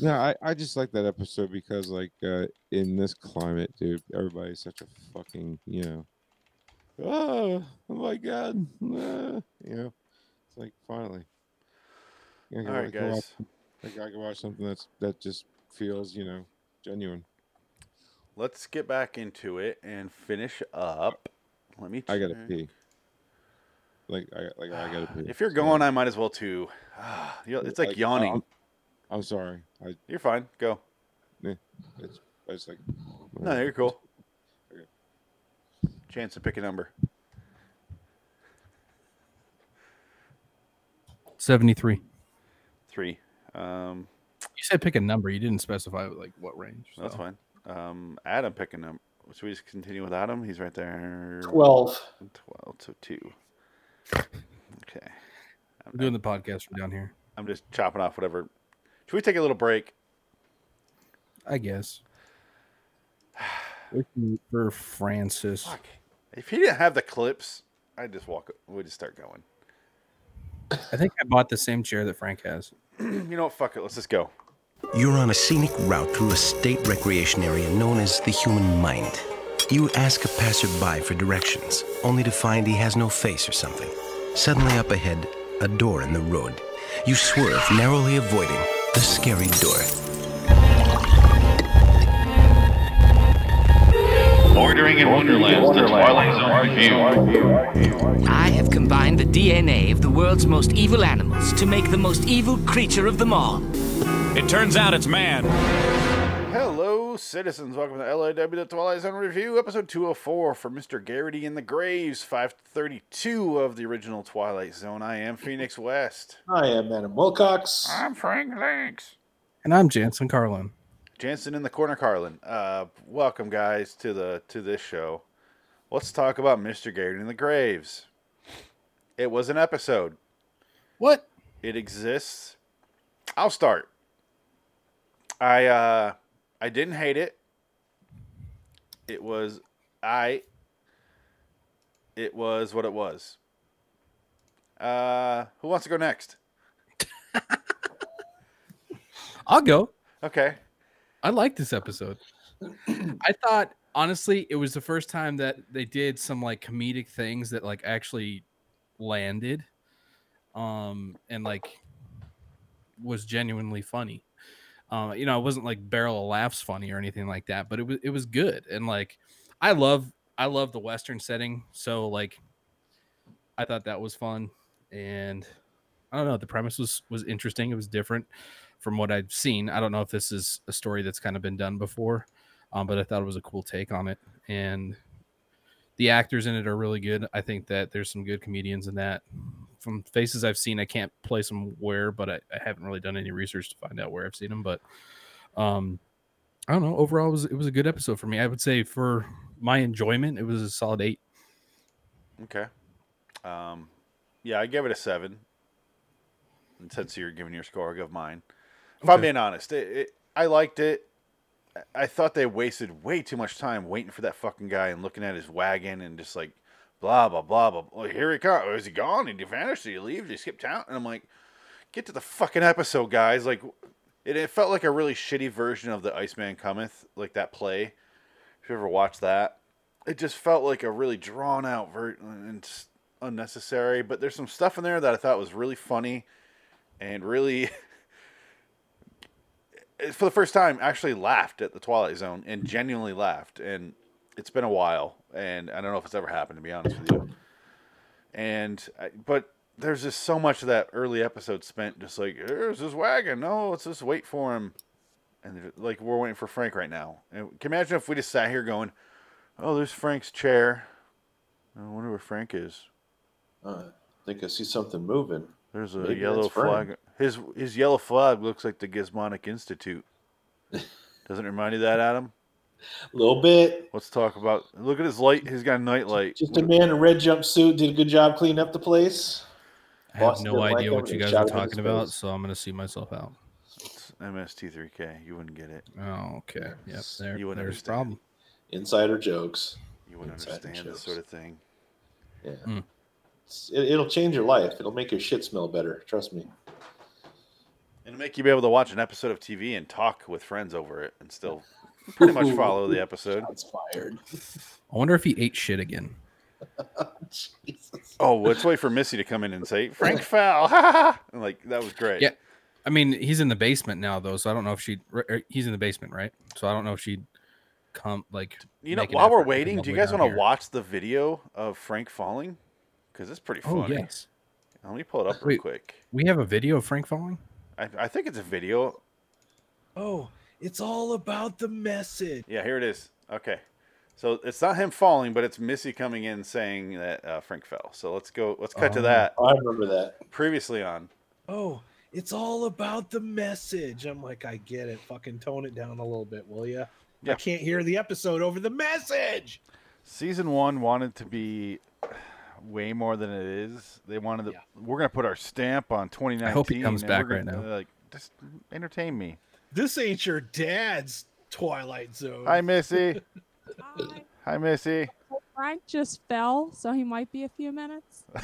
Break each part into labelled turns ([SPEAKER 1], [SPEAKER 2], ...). [SPEAKER 1] No, I, I just like that episode because like uh in this climate, dude, everybody's such a fucking you know. Oh, oh my god! ah," you know, it's like finally. You know,
[SPEAKER 2] All
[SPEAKER 1] I
[SPEAKER 2] right,
[SPEAKER 1] can watch-
[SPEAKER 2] guys.
[SPEAKER 1] like I can watch something that's that just feels you know genuine.
[SPEAKER 2] Let's get back into it and finish up. Let me.
[SPEAKER 1] I gotta
[SPEAKER 2] check.
[SPEAKER 1] pee. Like I like I gotta pee. um,
[SPEAKER 2] If you're
[SPEAKER 1] so-
[SPEAKER 2] going, I might as well too. Ah, you know, it's like yawning.
[SPEAKER 1] I'm, I'm sorry. I
[SPEAKER 2] You're fine. Go.
[SPEAKER 1] it's, it's like
[SPEAKER 2] No, you're cool.
[SPEAKER 1] Okay.
[SPEAKER 2] Chance to pick a number.
[SPEAKER 3] 73. You
[SPEAKER 2] Three. Um,
[SPEAKER 3] said pick a number. You didn't specify like what range.
[SPEAKER 2] no, That's
[SPEAKER 3] so.
[SPEAKER 2] fine. Um, Adam, pick a number. Should we just continue with Adam? He's right there.
[SPEAKER 4] 12.
[SPEAKER 2] 12 so 2 okay I'm,
[SPEAKER 3] We're doing the podcast from down here.
[SPEAKER 2] I'm just chopping off whatever should we take a little break
[SPEAKER 3] I guess. For Francis.
[SPEAKER 2] Fuck. if he didn't have the clips i'd just walk we'd just start going
[SPEAKER 3] I think I bought the same chair that Frank has.
[SPEAKER 2] you know what fuck it let's just go
[SPEAKER 5] You're on a scenic route through a state recreation area known as the human mind. You ask a passerby for directions, only to find he has no face or something. Suddenly, up ahead, a door in the road. You swerve, narrowly avoiding the scary door.
[SPEAKER 6] Bordering in Wonderland, the Twilight Zone review.
[SPEAKER 7] I have combined the DNA of the world's most evil animals to make the most evil creature of them all.
[SPEAKER 6] It turns out it's man.
[SPEAKER 2] hello citizens welcome to law the twilight zone review episode 204 for mr garrity in the graves 532 of the original twilight zone i am phoenix west
[SPEAKER 4] I am Adam Wilcox.
[SPEAKER 2] i'm frank lanks
[SPEAKER 3] And I'm Jansen Carlin.
[SPEAKER 2] Jansen in the corner, Carlin. Uh, welcome guys to the to this show. Let's talk about Mr. Garrett in the Graves. It was an episode.
[SPEAKER 3] What?
[SPEAKER 2] It exists. I'll start. I uh, I didn't hate it. It was I. It was what it was. Uh, who wants to go next?
[SPEAKER 3] I'll go.
[SPEAKER 2] Okay.
[SPEAKER 3] I like this episode. I thought honestly it was the first time that they did some like comedic things that like actually landed um and like was genuinely funny. Uh, you know, it wasn't like barrel of laughs funny or anything like that, but it was it was good and like I love I love the western setting, so like I thought that was fun and I don't know, the premise was was interesting, it was different from what I've seen. I don't know if this is a story that's kind of been done before, um, but I thought it was a cool take on it. And the actors in it are really good. I think that there's some good comedians in that. From faces I've seen, I can't place them where, but I, I haven't really done any research to find out where I've seen them. But um, I don't know. Overall, it was, it was a good episode for me. I would say for my enjoyment, it was a solid eight.
[SPEAKER 2] Okay. Um, yeah, I gave it a seven. And since you're giving your score, I'll give mine. If I'm
[SPEAKER 3] Okay.
[SPEAKER 2] being honest, it, it, I liked it. I- I thought they wasted way too much time waiting for that fucking guy and looking at his wagon and just like blah blah blah blah. blah. Here he comes. Is he gone? Did he vanish? Did he leave? Did he skip town? And I'm like, get to the fucking episode, guys. Like, it, it felt like a really shitty version of the Iceman Cometh, like that play. If you ever watched that, it just felt like a really drawn out ver- and just unnecessary. But there's some stuff in there that I thought was really funny and really. it's for the first time, actually laughed at the Twilight Zone and genuinely laughed. And it's been a while, and I don't know if it's ever happened to be honest with you. And I, but there's just so much of that early episode spent just like there's this wagon. No, let's just wait for him. And they're- like we're waiting for Frank right now. And can you imagine if we just sat here going, "Oh, there's Frank's chair. I wonder where Frank is.
[SPEAKER 4] Uh, I think I see something moving.
[SPEAKER 2] There's a
[SPEAKER 4] Maybe that's
[SPEAKER 2] yellow
[SPEAKER 4] Frank.
[SPEAKER 2] flag. His his yellow flag looks like the Gizmonic Institute. Doesn't it remind you of that, Adam?
[SPEAKER 4] A little bit.
[SPEAKER 2] Let's talk about. Look at his light. He's got a night light.
[SPEAKER 4] Just a man in a red jumpsuit did a good job cleaning up the place.
[SPEAKER 3] I have
[SPEAKER 4] Boston
[SPEAKER 3] no
[SPEAKER 4] didn't like
[SPEAKER 3] idea
[SPEAKER 4] them
[SPEAKER 3] what
[SPEAKER 4] and
[SPEAKER 3] you
[SPEAKER 4] they
[SPEAKER 3] guys are
[SPEAKER 4] shot him in his
[SPEAKER 3] talking about,
[SPEAKER 4] face.
[SPEAKER 3] so I'm going to see myself out.
[SPEAKER 2] It's MST3K. You wouldn't get it.
[SPEAKER 3] Oh, okay. Yep. There,
[SPEAKER 2] You wouldn't
[SPEAKER 3] there's a
[SPEAKER 2] understand.
[SPEAKER 3] problem.
[SPEAKER 4] Insider jokes.
[SPEAKER 2] You wouldn't
[SPEAKER 4] Inside
[SPEAKER 2] understand this
[SPEAKER 4] jokes.
[SPEAKER 2] sort of thing.
[SPEAKER 4] Yeah.
[SPEAKER 3] Hmm.
[SPEAKER 4] It's- It, it'll change your life. It'll make your shit smell better. Trust me.
[SPEAKER 2] It'll make you be able to watch an episode of TV and talk with friends over it and still pretty much follow the episode.
[SPEAKER 4] Shots fired.
[SPEAKER 3] I wonder if he ate shit again.
[SPEAKER 4] Jesus.
[SPEAKER 2] Oh, let's wait for Missy to come in and say, Frank fell. ha, ha, ha," and like, that was great.
[SPEAKER 3] Yeah. I mean, he's in the basement now though, so I don't know if she. He's in the basement, right? So I don't know if she'd come like.
[SPEAKER 2] You know,
[SPEAKER 3] make an
[SPEAKER 2] while
[SPEAKER 3] effort
[SPEAKER 2] we're
[SPEAKER 3] to bring
[SPEAKER 2] waiting,
[SPEAKER 3] all
[SPEAKER 2] do you
[SPEAKER 3] the way
[SPEAKER 2] guys
[SPEAKER 3] down
[SPEAKER 2] want to
[SPEAKER 3] here.
[SPEAKER 2] watch the video of Frank falling? Because it's pretty
[SPEAKER 3] Oh
[SPEAKER 2] funny.
[SPEAKER 3] yes,
[SPEAKER 2] Let me pull it up real
[SPEAKER 3] Wait.
[SPEAKER 2] quick.
[SPEAKER 3] we have a video of Frank falling.
[SPEAKER 2] I, I think it's a video.
[SPEAKER 8] Oh, it's all about the message.
[SPEAKER 2] Yeah, here it is. Okay. So it's not him falling, but it's Missy coming in saying that uh, Frank fell. So let's go. Let's cut to
[SPEAKER 3] Oh.
[SPEAKER 2] that.
[SPEAKER 4] Oh, I remember that.
[SPEAKER 2] Previously on.
[SPEAKER 8] Oh, it's all about the message. I'm like, I get it. Fucking tone it down a little bit, will you?
[SPEAKER 2] Yeah.
[SPEAKER 8] I can't hear the episode over the message.
[SPEAKER 2] season one wanted to be way more than it is. They wanted to.
[SPEAKER 8] Yeah.
[SPEAKER 2] We're gonna put our stamp on 2019.
[SPEAKER 3] hope he comes
[SPEAKER 2] and
[SPEAKER 3] back
[SPEAKER 2] we're gonna,
[SPEAKER 3] right
[SPEAKER 2] Like, just entertain me.
[SPEAKER 8] This ain't your dad's Twilight Zone.
[SPEAKER 2] Hi, Missy. Hi, Missy.
[SPEAKER 9] Frank just fell, so he might be a few minutes.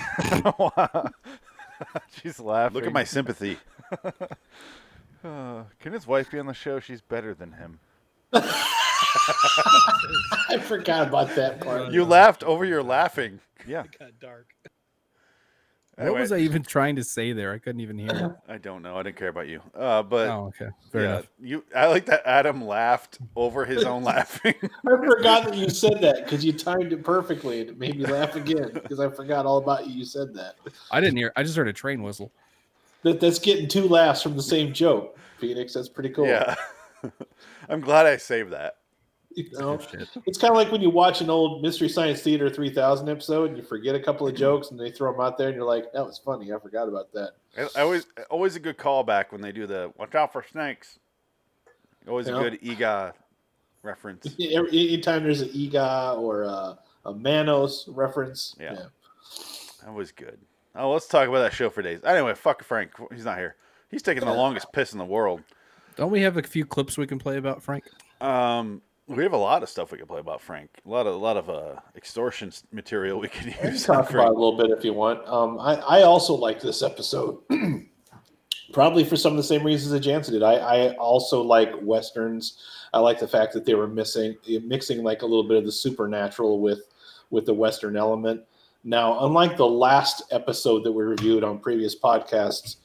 [SPEAKER 2] She's laughing. Look at my sympathy. can his wife be on the show? She's better than him.
[SPEAKER 4] I forgot about that part.
[SPEAKER 2] You laughed over your laughing. Yeah.
[SPEAKER 8] It got dark.
[SPEAKER 2] Anyway.
[SPEAKER 3] What was I even trying to say there? I couldn't even hear. it.
[SPEAKER 2] I don't know. I didn't care about you. Uh, but
[SPEAKER 3] Oh, okay, fair
[SPEAKER 2] yeah,
[SPEAKER 3] enough.
[SPEAKER 2] you. I like that Adam laughed over his own laughing.
[SPEAKER 4] I forgot that you said that because you timed it perfectly and it made me laugh again because I forgot all about you. You said that.
[SPEAKER 3] I didn't hear. I just heard a train whistle.
[SPEAKER 4] that. That's getting two laughs from the same joke, Phoenix. That's pretty cool.
[SPEAKER 2] Yeah. I'm glad I saved that.
[SPEAKER 4] You know?
[SPEAKER 3] Shit.
[SPEAKER 4] It's kind of like when you watch an old Mystery Science Theater 3000 episode and you forget a couple of jokes and they throw them out there and you're like, that was funny. I forgot about that.
[SPEAKER 2] I, I always always a good callback when they do the watch out for snakes. Always
[SPEAKER 4] Yeah.
[SPEAKER 2] a good EGOT reference.
[SPEAKER 4] E-, Every, anytime there's an EGA or a, a Manos reference.
[SPEAKER 2] Yeah. That was good. Oh, let's talk about that show for days. Anyway, fuck Frank. He's not here. He's taking the longest piss in the world.
[SPEAKER 3] Don't we have a few clips we can play about Frank?
[SPEAKER 2] Um, we have a lot of stuff we could play about Frank. A lot of a lot of uh, extortion s- material we could
[SPEAKER 4] We can
[SPEAKER 2] use. on
[SPEAKER 4] talk about it a
[SPEAKER 2] Frank.
[SPEAKER 4] little bit if you want. Um, I, I also liked this episode, probably for some of the same reasons that Jansen did. I, I also like westerns. I like the fact that they were missing mixing like a little bit of the supernatural with with the western element. Now, unlike the last episode that we reviewed on previous podcasts,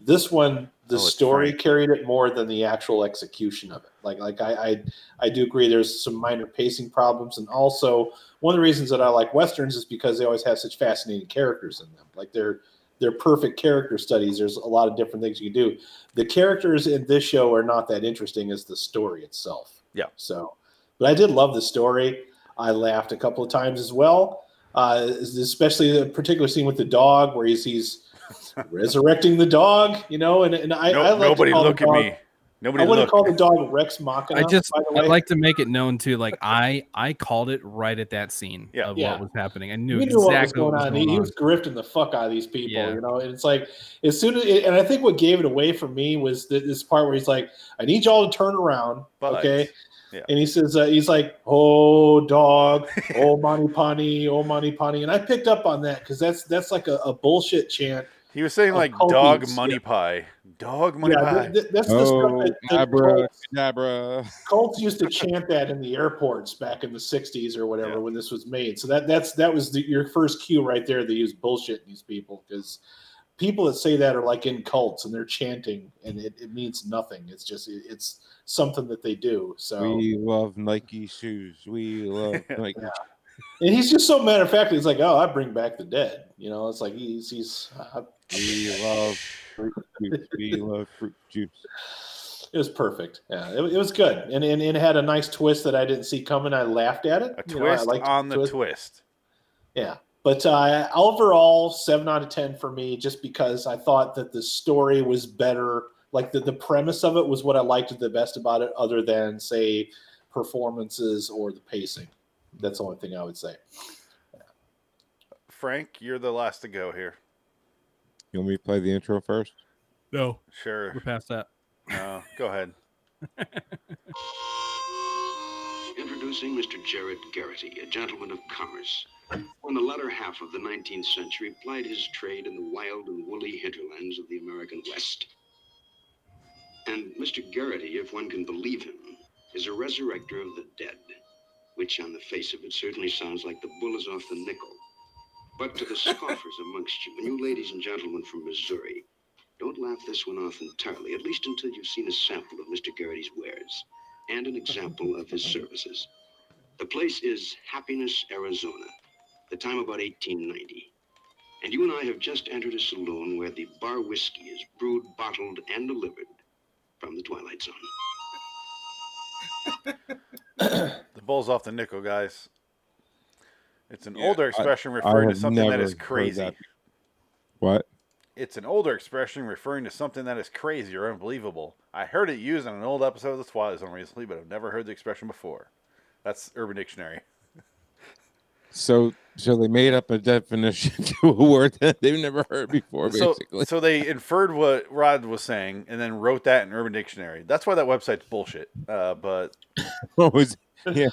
[SPEAKER 4] this one
[SPEAKER 2] Oh,
[SPEAKER 4] the
[SPEAKER 2] it's
[SPEAKER 4] story
[SPEAKER 2] Frank.
[SPEAKER 4] carried it more than the actual execution of it. Like like I, I I do agree there's some minor pacing problems and also one of the reasons that I like westerns is because they always have such fascinating characters in them. Like they're they're perfect character studies. There's a lot of different things you can do. The characters in this show are not that interesting as the story itself.
[SPEAKER 2] Yeah.
[SPEAKER 4] So, but I did love the story. I laughed a couple of times as well, uh, especially the particular scene with the dog where he's he's resurrecting the dog. You know, and and I,
[SPEAKER 2] No-
[SPEAKER 4] I like to
[SPEAKER 2] nobody
[SPEAKER 4] call the
[SPEAKER 2] look at
[SPEAKER 4] dog-
[SPEAKER 2] me. Nobody
[SPEAKER 4] I
[SPEAKER 2] look.
[SPEAKER 4] wouldn't call the dog Rex Machina.
[SPEAKER 3] I just
[SPEAKER 4] by the
[SPEAKER 3] I'd
[SPEAKER 4] way.
[SPEAKER 3] like to make it known too. Like I I called it right at that scene
[SPEAKER 2] Yeah.
[SPEAKER 3] of
[SPEAKER 4] Yeah.
[SPEAKER 3] what was happening. I
[SPEAKER 4] We
[SPEAKER 3] knew
[SPEAKER 4] knew
[SPEAKER 3] exactly
[SPEAKER 4] what was going on. He- He
[SPEAKER 3] on.
[SPEAKER 4] was grifting the fuck out of these people,
[SPEAKER 3] Yeah.
[SPEAKER 4] you know. And it's like as soon as, and I think what gave it away for me was th- this part where he's like, "I need y'all to turn around,
[SPEAKER 2] But-
[SPEAKER 4] okay?"
[SPEAKER 2] yeah.
[SPEAKER 4] And he says, uh, "He's like, oh dog, oh mani pani, oh mani pani," and I picked up on that because that's that's like a, a bullshit chant.
[SPEAKER 2] He was saying
[SPEAKER 4] Oh,
[SPEAKER 2] like
[SPEAKER 4] Kobe's,
[SPEAKER 2] dog
[SPEAKER 4] yeah.
[SPEAKER 2] money pie. Dog money
[SPEAKER 4] yeah,
[SPEAKER 2] pie.
[SPEAKER 4] th- th- that's the stuff
[SPEAKER 1] Oh,
[SPEAKER 4] that the
[SPEAKER 1] Abra,
[SPEAKER 4] cults-
[SPEAKER 1] Abra.
[SPEAKER 4] Colts used to chant that in the airports back in the '60s or whatever
[SPEAKER 2] Yeah.
[SPEAKER 4] when this was made. So that that's that was the, your first cue right there. They use bullshit these people because people that say that are like in cults and they're chanting and it, it means nothing. It's just it, it's something that they do. So
[SPEAKER 1] We love Nike shoes. We love Nike.
[SPEAKER 4] and he's just so matter of fact. He's like, oh, I bring back the dead. You know, it's like he's he's. uh, I,
[SPEAKER 1] We love fruit juice. We love fruit juice.
[SPEAKER 4] it was perfect. Yeah, it, it was good, and, and and it had a nice twist that I didn't see coming. I laughed at it.
[SPEAKER 2] A
[SPEAKER 4] You know, I
[SPEAKER 2] twist
[SPEAKER 4] liked
[SPEAKER 2] on the
[SPEAKER 4] twist.
[SPEAKER 2] twist.
[SPEAKER 4] Yeah. But uh, overall, seven out of 10 for me, just because I thought that the story was better. Like the, the premise of it was what I liked the best about it, other than, say, performances or the pacing. That's the only thing I would say.
[SPEAKER 2] Frank, you're the last to go here.
[SPEAKER 1] You want me to play the intro first?
[SPEAKER 3] No,
[SPEAKER 2] Sure.
[SPEAKER 3] we're past that.
[SPEAKER 2] No, go ahead.
[SPEAKER 10] Introducing Mr. Jared Garrity, a gentleman of commerce. who In the latter half of the 19th century, plied his trade in the wild and woolly hinterlands of the American West. And Mr. Garrity, if one can believe him, is a resurrector of the dead, which on the face of it certainly sounds like the bull is off the nickel. But to the scoffers amongst you, and you ladies and gentlemen from Missouri, don't laugh this one off entirely, at least until you've seen a sample of Mr. Garrity's wares and an example of his services. The place is Happiness, Arizona, the time about 1890. And you and I have just entered a saloon where the bar whiskey is brewed, bottled, and delivered from the Twilight Zone.
[SPEAKER 2] The bull's off the nickel, guys. It's an
[SPEAKER 1] Yeah,
[SPEAKER 2] older
[SPEAKER 1] I-
[SPEAKER 2] expression
[SPEAKER 1] I
[SPEAKER 2] referring to
[SPEAKER 1] have
[SPEAKER 2] something that
[SPEAKER 1] never
[SPEAKER 2] is
[SPEAKER 1] heard
[SPEAKER 2] crazy.
[SPEAKER 1] that. What?
[SPEAKER 2] It's an older expression referring to something that is crazy or unbelievable. I heard it used on an old episode of The Twilight Zone recently, but I've never heard the expression before. That's Urban Dictionary.
[SPEAKER 1] So, so they made up a definition to a word that they've never heard before.
[SPEAKER 2] So,
[SPEAKER 1] Basically,
[SPEAKER 2] so they inferred what Rod was saying and then wrote that in Urban Dictionary. That's why that website's bullshit. Uh, but
[SPEAKER 1] What was- yeah,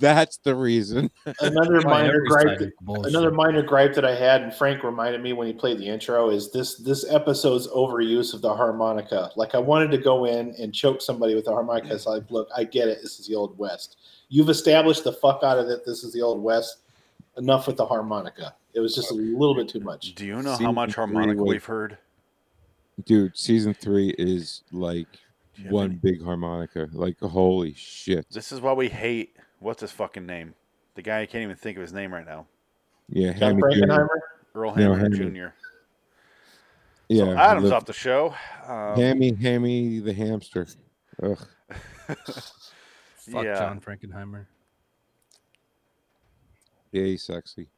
[SPEAKER 1] that's the reason.
[SPEAKER 4] Another
[SPEAKER 3] Why
[SPEAKER 4] minor
[SPEAKER 3] every
[SPEAKER 4] gripe.
[SPEAKER 3] side is bullshit.
[SPEAKER 4] Another minor gripe that I had, and Frank reminded me when he played the intro, is this this episode's overuse of the harmonica. Like I wanted to go in and choke somebody with the harmonica. It's like, look, I get it. This is the old west. You've established the fuck out of it. This is the old west. Enough with the harmonica. It was just a little bit too much.
[SPEAKER 2] do you know how
[SPEAKER 1] Season three
[SPEAKER 2] much harmonica
[SPEAKER 1] was-
[SPEAKER 2] we've heard?
[SPEAKER 1] Dude, season three is like
[SPEAKER 2] Do you have
[SPEAKER 1] one
[SPEAKER 2] any-
[SPEAKER 1] big harmonica. Like holy shit.
[SPEAKER 2] This is why we hate what's his fucking name? The guy I can't even think of his name right now.
[SPEAKER 1] Yeah,
[SPEAKER 4] John
[SPEAKER 1] Hammy
[SPEAKER 4] Frankenheimer.
[SPEAKER 1] Jr.
[SPEAKER 2] Earl
[SPEAKER 1] No,
[SPEAKER 2] Hammer
[SPEAKER 1] Hammer.
[SPEAKER 2] Jr.
[SPEAKER 1] Yeah,
[SPEAKER 2] so Adam's
[SPEAKER 1] look,
[SPEAKER 2] off the show. Um,
[SPEAKER 1] Hammy, Hammy the hamster. Ugh.
[SPEAKER 3] Fuck
[SPEAKER 2] yeah.
[SPEAKER 3] John Frankenheimer.
[SPEAKER 1] Yay, sexy.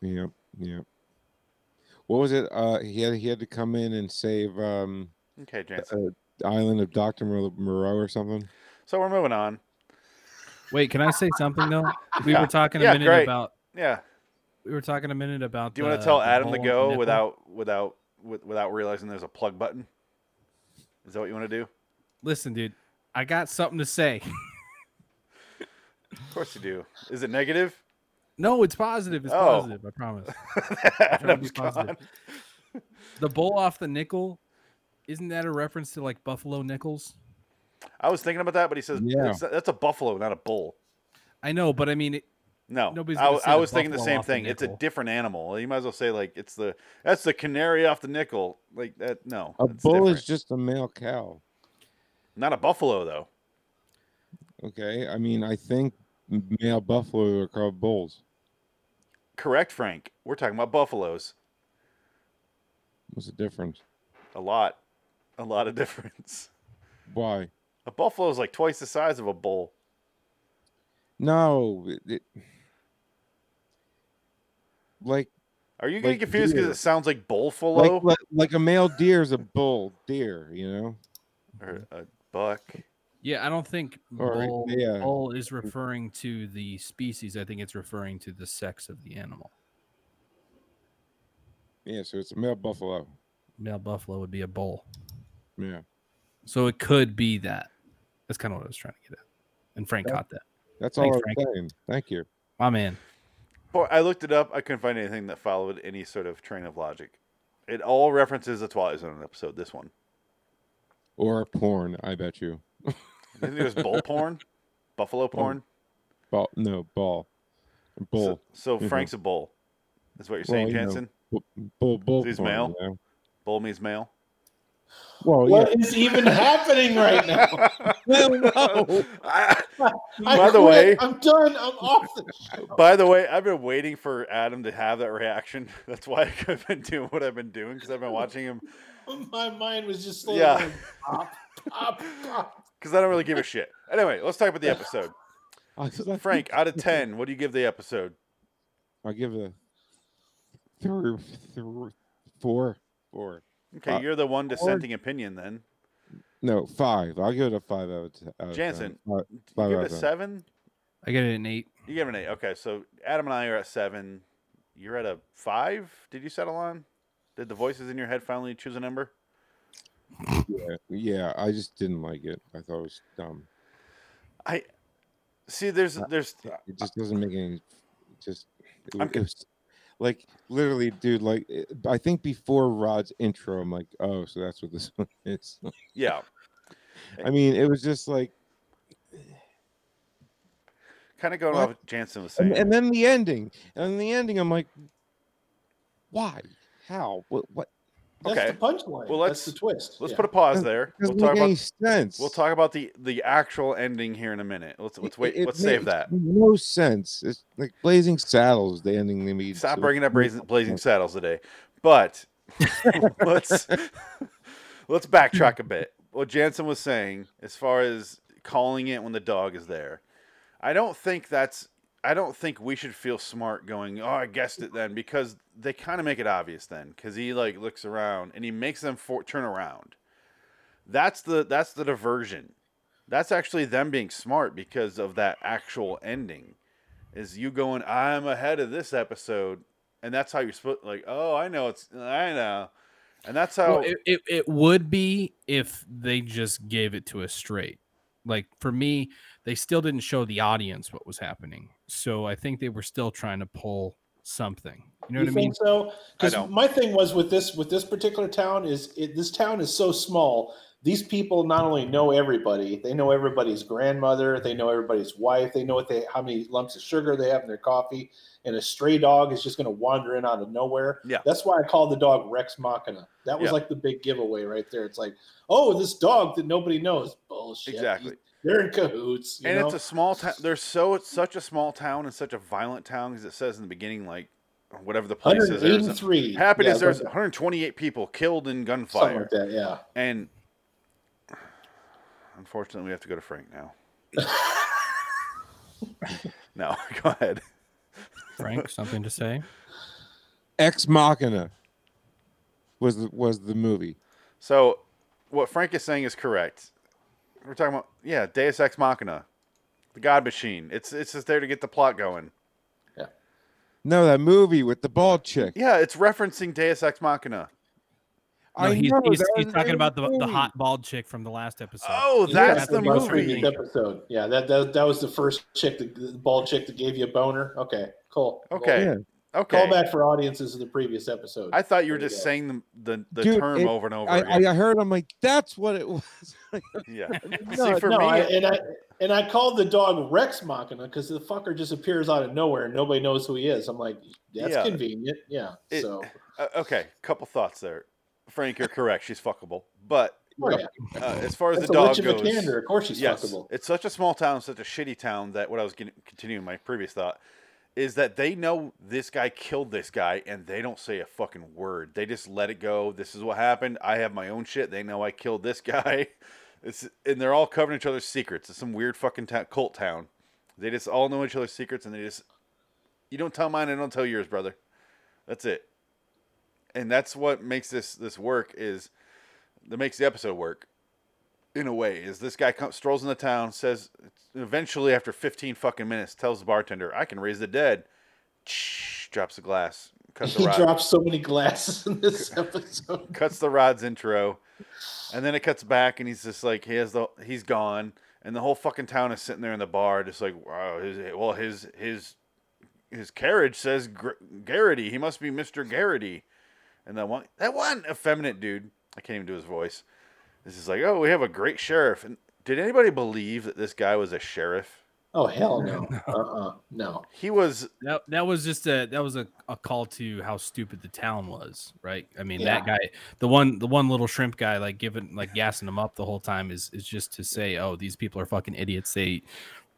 [SPEAKER 1] Yep, yep. What was it? Uh, he had he had to come in and save um
[SPEAKER 2] Okay,
[SPEAKER 1] the,
[SPEAKER 2] Jansen.
[SPEAKER 1] uh, the island of Doctor Moreau or something.
[SPEAKER 2] So we're moving on.
[SPEAKER 3] Wait, can I say something though? We
[SPEAKER 2] Yeah.
[SPEAKER 3] were talking a
[SPEAKER 2] Yeah,
[SPEAKER 3] minute
[SPEAKER 2] great.
[SPEAKER 3] about.
[SPEAKER 2] Yeah.
[SPEAKER 3] We were talking a minute about.
[SPEAKER 2] Do you want
[SPEAKER 3] the-
[SPEAKER 2] to tell
[SPEAKER 3] Uh, the
[SPEAKER 2] Adam to
[SPEAKER 3] bull
[SPEAKER 2] go
[SPEAKER 3] nipple.
[SPEAKER 2] without without with, without realizing there's a plug button? Is that what you want to do?
[SPEAKER 3] Listen, dude, I got something to say.
[SPEAKER 2] Of course you do. Is it negative?
[SPEAKER 3] No, it's positive. It's
[SPEAKER 2] Oh.
[SPEAKER 3] positive. I promise.
[SPEAKER 2] Adam's
[SPEAKER 3] be positive.
[SPEAKER 2] gone.
[SPEAKER 3] The bowl off the nickel. Isn't that a reference to like Buffalo nickels?
[SPEAKER 2] I was thinking about that, but he says
[SPEAKER 1] Yeah.
[SPEAKER 2] "That's- that's a buffalo, not a bull.
[SPEAKER 3] I know, but I mean, it,
[SPEAKER 2] No,
[SPEAKER 3] Nobody's
[SPEAKER 2] I,
[SPEAKER 3] gonna
[SPEAKER 2] w-
[SPEAKER 3] say
[SPEAKER 2] I
[SPEAKER 3] the
[SPEAKER 2] was thinking the
[SPEAKER 3] buffalo
[SPEAKER 2] same
[SPEAKER 3] off the
[SPEAKER 2] thing. It's a
[SPEAKER 3] nickel.
[SPEAKER 2] different animal. You might as well say like it's the that's the canary off the nickel. Like that. No,
[SPEAKER 1] A
[SPEAKER 2] that's
[SPEAKER 1] bull
[SPEAKER 2] different.
[SPEAKER 1] is just a male cow.
[SPEAKER 2] not a buffalo though.
[SPEAKER 1] Okay, I mean I think male buffalo are called bulls.
[SPEAKER 2] Correct, Frank. We're talking about buffaloes.
[SPEAKER 1] What's the difference?
[SPEAKER 2] A lot, a lot of difference.
[SPEAKER 1] Why?
[SPEAKER 2] A buffalo is like twice the size of a bull.
[SPEAKER 1] No, it, it- like
[SPEAKER 2] Are you getting
[SPEAKER 1] Like
[SPEAKER 2] confused because
[SPEAKER 1] deer.
[SPEAKER 2] it sounds like buffalo
[SPEAKER 1] like, like like a male deer is a bull deer, you know?
[SPEAKER 2] or a buck?
[SPEAKER 3] yeah, I don't think
[SPEAKER 1] Or, uh,
[SPEAKER 3] bull,
[SPEAKER 1] yeah.
[SPEAKER 3] bull is referring to the species. I think it's referring to the sex of the animal.
[SPEAKER 1] Yeah, so it's a male buffalo.
[SPEAKER 3] Male buffalo would be a bull,
[SPEAKER 1] Yeah,
[SPEAKER 3] so it could be that. That's kind of what I was trying to get at, and Frank caught that.
[SPEAKER 1] that's all
[SPEAKER 3] Thanks,
[SPEAKER 1] I'm
[SPEAKER 3] Frank.
[SPEAKER 1] saying. Thank you.
[SPEAKER 3] My man,
[SPEAKER 2] Boy, I looked it up. I couldn't find anything that followed any sort of train of logic. It all references the Twilight Zone episode. This one.
[SPEAKER 1] Or porn, I bet you.
[SPEAKER 2] I think it was bull porn,
[SPEAKER 1] Oh,
[SPEAKER 2] buffalo porn.
[SPEAKER 1] Ball, no ball, bull,
[SPEAKER 2] So, so
[SPEAKER 1] Mhm.
[SPEAKER 2] Frank's a bull. That's what you're
[SPEAKER 1] Well,
[SPEAKER 2] saying,
[SPEAKER 1] you know.
[SPEAKER 2] Jensen.
[SPEAKER 1] Bu- bull, bull.
[SPEAKER 2] He's
[SPEAKER 1] porn,
[SPEAKER 2] male?
[SPEAKER 1] you know?
[SPEAKER 2] Bull means male.
[SPEAKER 1] Well, yeah.
[SPEAKER 4] What is even happening right now?
[SPEAKER 2] I-
[SPEAKER 4] I
[SPEAKER 2] By the way-
[SPEAKER 4] quit. I'm done. I'm off the show.
[SPEAKER 2] by the way, I've been waiting for Adam to have that reaction. That's why I've been doing what I've been doing because I've been watching him.
[SPEAKER 4] My mind was just slowly
[SPEAKER 2] Yeah.
[SPEAKER 4] going pop, pop, pop.
[SPEAKER 2] Because I don't really give a shit. Anyway, let's talk about the episode.
[SPEAKER 1] I was like,
[SPEAKER 2] Frank, out of ten, what do you give the episode?
[SPEAKER 1] I'll give it a three, three, four, four.
[SPEAKER 2] Okay,
[SPEAKER 1] Uh,
[SPEAKER 2] you're the one
[SPEAKER 1] four.
[SPEAKER 2] dissenting opinion then.
[SPEAKER 1] No, five. I'll give it a five out of ten. out of ten.
[SPEAKER 2] Jansen,
[SPEAKER 1] Uh,
[SPEAKER 2] You
[SPEAKER 1] Five
[SPEAKER 2] give
[SPEAKER 1] out of
[SPEAKER 2] it a
[SPEAKER 1] ten.
[SPEAKER 2] seven.
[SPEAKER 3] I get it an eight.
[SPEAKER 2] You give it an eight. Okay, so Adam and I are at seven. You're at a five. Did you settle on? Did the voices in your head finally choose a number?
[SPEAKER 1] yeah, yeah, I just didn't like it. I thought it was dumb.
[SPEAKER 2] I
[SPEAKER 1] Uh,
[SPEAKER 2] see. There's there's
[SPEAKER 1] It just doesn't make any. Just it,
[SPEAKER 2] I'm
[SPEAKER 1] wa-
[SPEAKER 2] con-
[SPEAKER 1] it was, like literally, dude. Like it- I think before Rod's intro, I'm like, oh, so that's what this one is.
[SPEAKER 2] Yeah.
[SPEAKER 1] I mean, it was just like,
[SPEAKER 2] Kind of going
[SPEAKER 1] What?
[SPEAKER 2] off what Jansen was saying.
[SPEAKER 1] and, and then the ending, and the ending, I'm like, why? How? What? What?
[SPEAKER 4] That's
[SPEAKER 2] Okay.
[SPEAKER 4] the punchline.
[SPEAKER 2] Well, let's-
[SPEAKER 4] That's the twist.
[SPEAKER 2] Let's
[SPEAKER 4] Yeah.
[SPEAKER 2] put a pause there. We'll
[SPEAKER 1] Doesn't
[SPEAKER 2] talk
[SPEAKER 1] make any
[SPEAKER 2] about
[SPEAKER 1] sense.
[SPEAKER 2] we'll talk about the the actual ending here in a minute. Let's let's wait.
[SPEAKER 1] It- it
[SPEAKER 2] let's
[SPEAKER 1] makes
[SPEAKER 2] save that.
[SPEAKER 1] No sense. It's like Blazing Saddles. The ending they made.
[SPEAKER 2] Stop
[SPEAKER 1] so-
[SPEAKER 2] bringing up Blazing, Blazing Saddles today. But let's let's backtrack a bit. What Jansen was saying as far as calling it when the dog is there, I don't think that's. I don't think we should feel smart going. Oh, I guessed it then because they kind of make it obvious then because he like looks around and he makes them for- turn around. That's the that's the diversion. That's actually them being smart because of that actual ending. Is you going? I'm ahead of this episode, and that's how you're supposed. Like, oh, I know it's. I know, and that's how.
[SPEAKER 3] Well, it, it, it would be if they just gave it to us straight. Like for me, they still didn't show the audience what was happening. So I think they were still trying to pull something. You know
[SPEAKER 4] You
[SPEAKER 3] what I mean?
[SPEAKER 4] think so?
[SPEAKER 2] I
[SPEAKER 4] Because
[SPEAKER 2] don't.
[SPEAKER 4] my thing was with this with this particular town is it, this town is so small. These people not only know everybody, they know everybody's grandmother, they know everybody's wife, they know what they how many lumps of sugar they have in their coffee, and a stray dog is just going to wander in out of nowhere.
[SPEAKER 2] Yeah.
[SPEAKER 4] that's why I called the dog Rex Machina. That was
[SPEAKER 2] Yeah.
[SPEAKER 4] like the big giveaway right there. It's like, oh, this dog that nobody knows. Bullshit.
[SPEAKER 2] Exactly.
[SPEAKER 4] they're in cahoots. You
[SPEAKER 2] and
[SPEAKER 4] know?
[SPEAKER 2] it's a small town. There's so it's such a small town and such a violent town because it says in the beginning, like whatever the place is. There's
[SPEAKER 4] 183.
[SPEAKER 2] happiness.
[SPEAKER 4] Yeah,
[SPEAKER 2] there's
[SPEAKER 4] something
[SPEAKER 2] 128 people killed in gunfire,
[SPEAKER 4] like that. Yeah.
[SPEAKER 2] and unfortunately, we have to go to Frank now. no, go ahead.
[SPEAKER 3] Frank, something to say?
[SPEAKER 1] Ex Machina was the, was the movie.
[SPEAKER 2] So, what Frank is saying is correct. We're talking about yeah, Deus Ex Machina, the God Machine. It's it's just there to get the plot going.
[SPEAKER 1] No, that movie with the bald chick.
[SPEAKER 2] Yeah, it's referencing Deus Ex Machina.
[SPEAKER 3] No,
[SPEAKER 1] I
[SPEAKER 3] he's,
[SPEAKER 1] know,
[SPEAKER 3] he's,
[SPEAKER 1] that
[SPEAKER 3] he's
[SPEAKER 1] was
[SPEAKER 3] talking
[SPEAKER 1] in
[SPEAKER 3] about the, the
[SPEAKER 1] movie.
[SPEAKER 3] hot bald chick from the last episode.
[SPEAKER 2] Oh,
[SPEAKER 4] Yeah,
[SPEAKER 2] that's the
[SPEAKER 4] most
[SPEAKER 2] movie.
[SPEAKER 4] previous episode. Yeah, that, that that was the first chick, that, the bald chick that gave you a boner. Okay, cool.
[SPEAKER 2] Okay.
[SPEAKER 1] Yeah.
[SPEAKER 2] Okay.
[SPEAKER 4] Call back for audiences of the previous episode.
[SPEAKER 2] I thought you were
[SPEAKER 4] There you
[SPEAKER 2] just
[SPEAKER 4] go.
[SPEAKER 2] saying the the, the
[SPEAKER 1] Dude,
[SPEAKER 2] term
[SPEAKER 1] it-
[SPEAKER 2] over and over
[SPEAKER 1] I,
[SPEAKER 2] again.
[SPEAKER 1] I, I heard. I'm like, that's what it was.
[SPEAKER 2] yeah.
[SPEAKER 1] No,
[SPEAKER 2] See, for
[SPEAKER 4] no,
[SPEAKER 2] me, uh,
[SPEAKER 4] I, and I and I called the dog Rex Machina because the fucker just appears out of nowhere and nobody knows who he is. I'm like, that's
[SPEAKER 2] Yeah.
[SPEAKER 4] convenient. Yeah.
[SPEAKER 2] It-
[SPEAKER 4] so
[SPEAKER 2] uh, okay, couple thoughts there. Frank, you're correct. She's fuckable, but
[SPEAKER 4] oh, yeah.
[SPEAKER 2] uh, as far as
[SPEAKER 4] that's
[SPEAKER 2] the
[SPEAKER 4] a
[SPEAKER 2] dog
[SPEAKER 4] witch
[SPEAKER 2] goes,
[SPEAKER 4] of a candor. Of course she's
[SPEAKER 2] yes,
[SPEAKER 4] fuckable.
[SPEAKER 2] it's such a small town, such a shitty town that what I was getting, continuing my previous thought is that they know this guy killed this guy and they don't say a fucking word. They just let it go. This is what happened. I have my own shit. They know I killed this guy. It's and they're all covering each other's secrets. It's some weird fucking ta- cult town. They just all know each other's secrets and they just you don't tell mine, I don't tell yours, brother. That's it. And that's what makes this this work is that makes the episode work in a way is this guy comes, strolls in the town says eventually after 15 fucking minutes tells the bartender i can raise the dead drops the glass cuts the
[SPEAKER 4] He
[SPEAKER 2] rod
[SPEAKER 4] drops so many glasses in this episode.
[SPEAKER 2] cuts the rod's intro and then it cuts back and he's just like he has the he's gone and the whole fucking town is sitting there in the bar just like wow his, well his his his carriage says Gr- Garrity. He must be Mr. Garrity. And that one, that one effeminate dude, I can't even do his voice. This is like, oh, we have a great sheriff. And did anybody believe that this guy was a sheriff?
[SPEAKER 4] Oh hell no. Uh-uh. No.
[SPEAKER 2] He was,
[SPEAKER 3] That, that was just a that was a, a call to how stupid the town was, right? I mean, that guy, the one the one little shrimp guy, like giving like gassing him up the whole time is is just to say, oh, these people are fucking idiots. They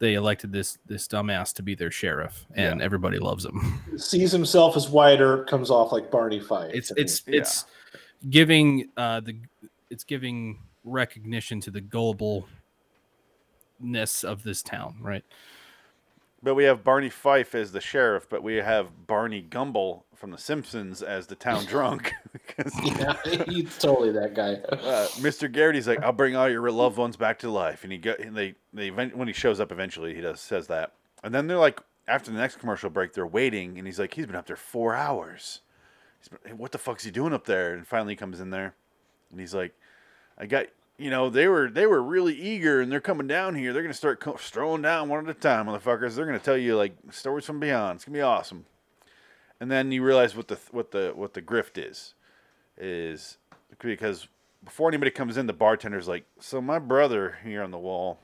[SPEAKER 3] they elected this this dumbass to be their sheriff, and everybody loves him.
[SPEAKER 4] Sees himself as Wyatt Earp, comes off like Barney Fife.
[SPEAKER 3] It's
[SPEAKER 4] to me.
[SPEAKER 3] it's
[SPEAKER 2] Yeah.
[SPEAKER 3] it's giving uh the it's giving recognition to the gullible-ness of this town, right?
[SPEAKER 2] but we have Barney Fife as the sheriff, but we have Barney Gumble from The Simpsons as the town drunk. 'Cause,
[SPEAKER 4] yeah, he's totally that guy.
[SPEAKER 2] uh, Mr. Garrity's like, I'll bring all your loved ones back to life, and he go, and they they event, when he shows up eventually, he does says that, and then they're like, after the next commercial break, they're waiting, and he's like, he's been up there four hours. He's been, "Hey, what the fuck's he doing up there? And finally, he comes in there, and he's like, I got you know they were they were really eager, and they're coming down here. They're gonna start co- strolling down one at a time, motherfuckers. They're gonna tell you like stories from beyond. It's gonna be awesome. and then you realize what the what the what the grift is, is because before anybody comes in, the bartender's like, "So my brother here on the wall,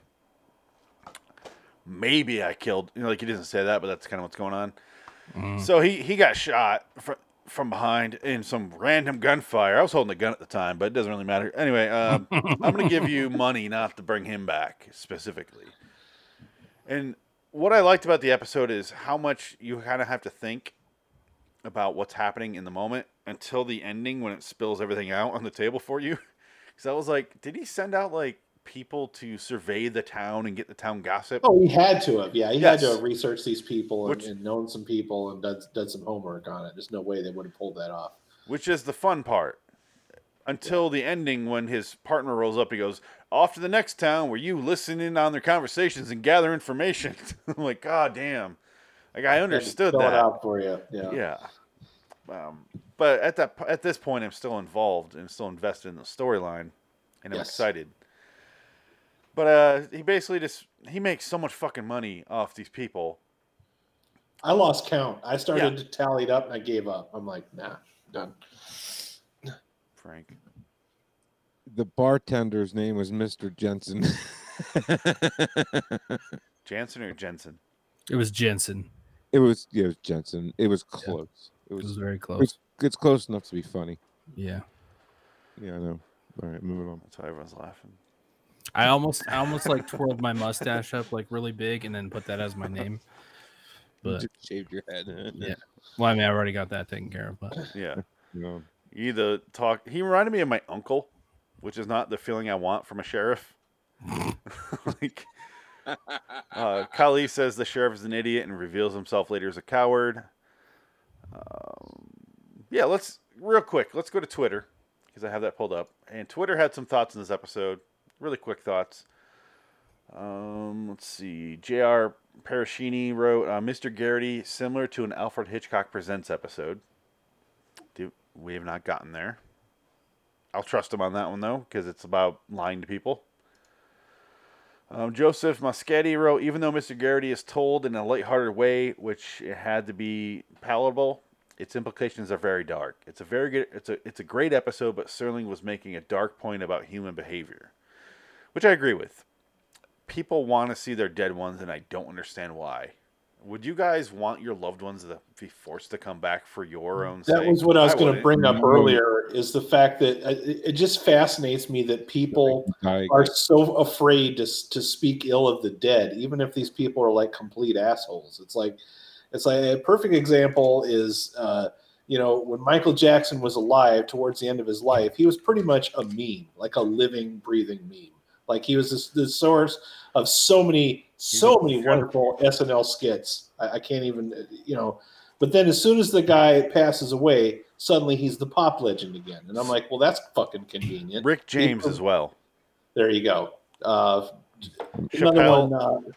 [SPEAKER 2] maybe I killed." You know, like he doesn't say that, but that's kind of what's going on. So he he got shot fr- from behind in some random gunfire. I was holding a gun at the time, but it doesn't really matter. Anyway, um, I'm going to give you money not to bring him back specifically. And what I liked about the episode is how much you kind of have to think about what's happening in the moment until the ending when it spills everything out on the table for you. Because I was like, did he send out like people to survey the town and get the town gossip?
[SPEAKER 4] Oh, he had to have. Yeah, he had to
[SPEAKER 2] Yes.
[SPEAKER 4] have researched these people and,
[SPEAKER 2] Which-
[SPEAKER 4] and known some people and done, done some homework on it. There's no way they would have pulled that off.
[SPEAKER 2] which is the fun part. Until the ending, when his partner rolls up, he goes off to the next town where you listen in on their conversations and gather information. I'm like, God damn! Like I
[SPEAKER 4] They had to
[SPEAKER 2] understood
[SPEAKER 4] spell it
[SPEAKER 2] that.
[SPEAKER 4] out for you. Yeah.
[SPEAKER 2] Yeah. Um, but at that po- at this point, I'm still involved and still invested in the storyline, and I'm
[SPEAKER 4] Yes.
[SPEAKER 2] excited. But uh, he basically just he makes so much fucking money off these people.
[SPEAKER 4] I lost count. I started to tally it up and I gave up. I'm like, nah, done.
[SPEAKER 2] Frank,
[SPEAKER 1] The bartender's name was Mr. Jensen.
[SPEAKER 2] Jansen or Jensen?
[SPEAKER 3] It was Jensen.
[SPEAKER 1] it was yeah, it was Jensen. It was close. It
[SPEAKER 3] It
[SPEAKER 1] was
[SPEAKER 3] was very
[SPEAKER 1] it
[SPEAKER 3] close.
[SPEAKER 1] was- it's close enough to be funny.
[SPEAKER 3] Yeah.
[SPEAKER 1] Yeah, I know. All right, moving on.
[SPEAKER 2] That's why everyone's laughing.
[SPEAKER 3] I almost I almost like twirled my mustache up like really big and then put that as my name. But
[SPEAKER 1] Just shaved your head.
[SPEAKER 3] Yeah. well, I mean I already got that taken care of, but
[SPEAKER 2] Yeah.
[SPEAKER 1] No.
[SPEAKER 2] You either talk. He reminded me of my uncle, which is not the feeling I want from a sheriff. like, uh, Kali says the sheriff is an idiot and reveals himself later as a coward. Um, yeah, let's real quick. Let's go to Twitter because I have that pulled up, and Twitter had some thoughts in this episode. Really quick thoughts. Um, let's see. Jr. Parashini wrote, uh, "Mr. Garrity, similar to an Alfred Hitchcock Presents episode." Do, we have not gotten there. I'll trust him on that one though, because it's about lying to people. Um, Joseph Moschetti wrote, even though Mr. Garrity is told in a lighthearted way, which it had to be palatable, its implications are very dark. It's a very good, it's a, it's a great episode, but Serling was making a dark point about human behavior, which I agree with. People want to see their dead ones, and I don't understand why. Would you guys want your loved ones to be forced to come back for your own?
[SPEAKER 4] Mm-hmm. That
[SPEAKER 2] sake?
[SPEAKER 4] was what I was going to
[SPEAKER 2] wouldn't.
[SPEAKER 4] bring up
[SPEAKER 1] No.
[SPEAKER 4] earlier is the fact that uh, it, it just fascinates me that people
[SPEAKER 1] I,
[SPEAKER 4] are so afraid to, s- to speak ill of the dead, even if these people are like complete assholes. It's like, it's like a perfect example is, uh, you know, when Michael Jackson was alive towards the end of his life, he was pretty much a meme, like a living, breathing meme. Like he was this, the source of so many, so many wonderful SNL skits. I, I can't even, uh, you know, but then as soon as the guy passes away, suddenly he's the pop legend again. And I'm like, well, that's fucking convenient.
[SPEAKER 2] Rick James as well.
[SPEAKER 4] There you go. Uh, another
[SPEAKER 2] Chappelle.
[SPEAKER 4] one, uh,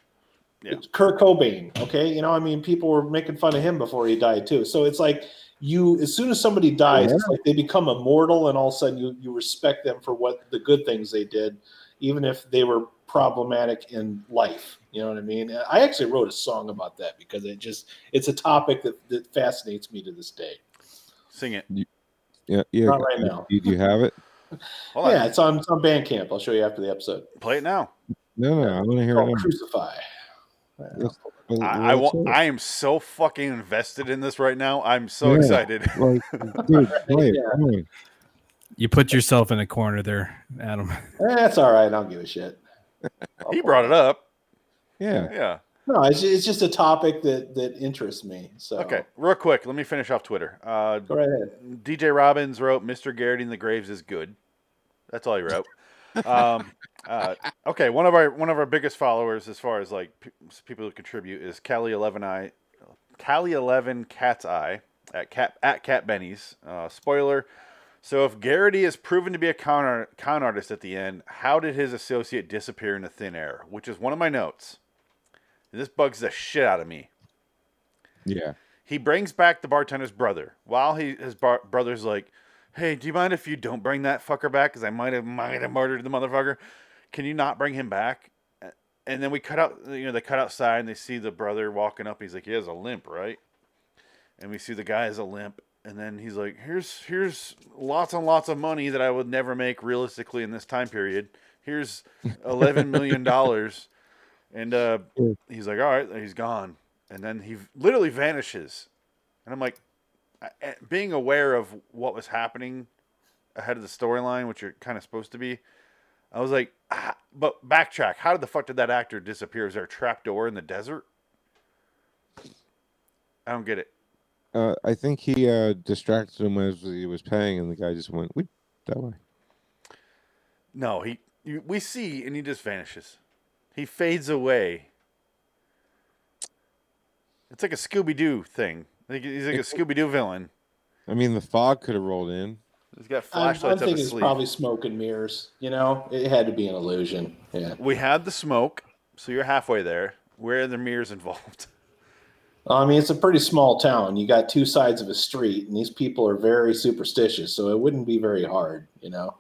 [SPEAKER 2] Yeah.
[SPEAKER 4] Kurt Cobain. Okay, you know, I mean, people were making fun of him before he died too. So it's like you, as soon as somebody
[SPEAKER 2] Oh,
[SPEAKER 4] dies, it's like they become immortal, and all of a sudden you you respect them for what the good things they did, even if they were problematic in life. You know what I mean? And I actually wrote a song about that because it just it's a topic that, that fascinates me to this day.
[SPEAKER 2] Sing it.
[SPEAKER 1] yeah, yeah.
[SPEAKER 4] Not right
[SPEAKER 1] you-
[SPEAKER 4] now.
[SPEAKER 1] You, you have it?
[SPEAKER 2] Hold
[SPEAKER 4] yeah,
[SPEAKER 2] on.
[SPEAKER 4] it's on it's on Bandcamp. I'll show you after the episode.
[SPEAKER 2] Play it now.
[SPEAKER 1] No, no. I want to hear
[SPEAKER 4] Called
[SPEAKER 1] it.
[SPEAKER 4] Crucify.
[SPEAKER 1] Let's- well,
[SPEAKER 2] I, I,
[SPEAKER 1] let's
[SPEAKER 2] wa-
[SPEAKER 1] hear it.
[SPEAKER 2] I am so fucking invested in this right now. I'm so
[SPEAKER 1] Yeah.
[SPEAKER 2] excited.
[SPEAKER 1] Like, dude, play it.
[SPEAKER 4] Yeah.
[SPEAKER 1] Come on.
[SPEAKER 3] you put yourself in a corner there, Adam.
[SPEAKER 4] That's Eh, all right. I don't give a shit.
[SPEAKER 2] he brought it up.
[SPEAKER 1] Yeah.
[SPEAKER 2] Yeah.
[SPEAKER 4] No, it's, it's just a topic that that interests me. So
[SPEAKER 2] Okay. Real quick, let me finish off Twitter. Uh,
[SPEAKER 4] go right ahead.
[SPEAKER 2] DJ Robbins wrote, "Mr. Garrity in the Graves is good." That's all he wrote. um, uh, okay, one of our one of our biggest followers, as far as like p- people who contribute, is Cali Eleven Eye, Cali Eleven Cat's Eye at Cat at Cat Benny's. Uh, spoiler: So if Garrity is proven to be a con, ar- con artist at the end, how did his associate disappear into thin air? Which is one of my notes. This bugs the shit out of me.
[SPEAKER 1] Yeah.
[SPEAKER 2] He brings back the bartender's brother while he his bar- brother's like, "Hey, do you mind if you don't bring that fucker back? Because I might have might have murdered the motherfucker. Can you not bring him back?" A- And then we cut out, you know, they cut outside and they see the brother walking up. He's like, "He has a limp, right?" and we see the guy is a limp and then he's like here's here's lots and lots of money that i would never make realistically in this time period here's 11 million dollars and uh, he's like all right and he's gone and then he literally vanishes and i'm like I- I- being aware of what was happening ahead of the storyline which you're kind of supposed to be i was like ah, but backtrack how did the fuck did that actor disappear is there a trap door in the desert i don't get it
[SPEAKER 1] Uh, I think he uh, distracted him as he was paying, and the guy just went "Whoop," that way.
[SPEAKER 2] No, he. You, we see, and he just vanishes. He fades away. It's like a Scooby Doo thing. Like, he's like a Scooby Doo villain.
[SPEAKER 1] I mean, the fog could have rolled in.
[SPEAKER 2] He's got
[SPEAKER 4] I'm, I'm
[SPEAKER 2] flashlights up
[SPEAKER 4] thinking
[SPEAKER 2] his
[SPEAKER 4] it's
[SPEAKER 2] sleeve.
[SPEAKER 4] probably smoke and mirrors. You know, it had to be an illusion. Yeah.
[SPEAKER 2] We had the smoke, so you're halfway there. Where are the mirrors involved?
[SPEAKER 4] I mean, it's a pretty small town. You got two sides of a street, and these people are very superstitious, so it wouldn't be very hard, you know.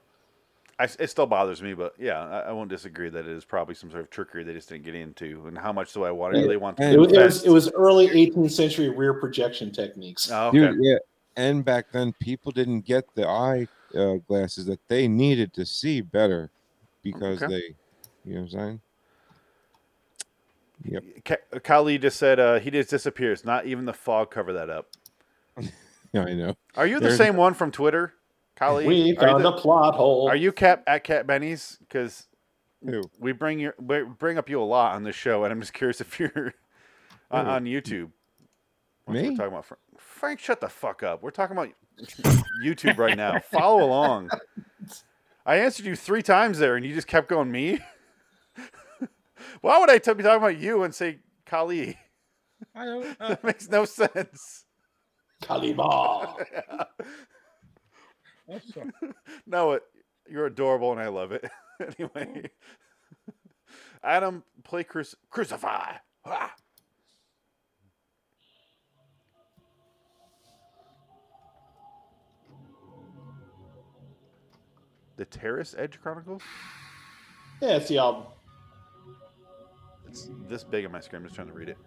[SPEAKER 2] I, it still bothers me, but yeah, I, I won't disagree that it is probably some sort of trickery they just didn't get into. And how much do I want? Do they want to
[SPEAKER 4] It was, it was
[SPEAKER 2] invest?
[SPEAKER 4] it was early 18th century rear projection techniques.
[SPEAKER 2] Oh, okay.
[SPEAKER 1] Dude, yeah. And back then, people didn't get the eye uh, glasses that they needed to see better because
[SPEAKER 2] Okay.
[SPEAKER 1] they, you know what I'm saying?
[SPEAKER 2] Ka- Kali just said uh, he just disappears. Not even the fog cover that up.
[SPEAKER 1] Yeah, I know.
[SPEAKER 2] Are you the
[SPEAKER 1] There's-
[SPEAKER 2] same one from Twitter, Kali?
[SPEAKER 4] We
[SPEAKER 2] Are you
[SPEAKER 4] found
[SPEAKER 2] the-
[SPEAKER 4] a plot hole.
[SPEAKER 2] Are you Cap at Cat Benny's? Because
[SPEAKER 1] Who?
[SPEAKER 2] we bring your we bring up you a lot on this show, and I'm just curious if you're on, on YouTube. Once We're
[SPEAKER 1] Me?
[SPEAKER 2] talking about Frank. Frank. Shut the fuck up. We're talking about YouTube right now. Follow along. I answered you three times there, and you just kept going me. Why would I t- be talking about you and say Kali?
[SPEAKER 1] I don't
[SPEAKER 2] That makes no sense.
[SPEAKER 4] Kalima.
[SPEAKER 2] No, it, you're adorable and I love it. anyway, Adam, play cruci- Crucify. Ah. The Terrace Edge Chronicles?
[SPEAKER 4] Yeah, it's the album.
[SPEAKER 2] It's this big on my screen. I'm just trying to read it.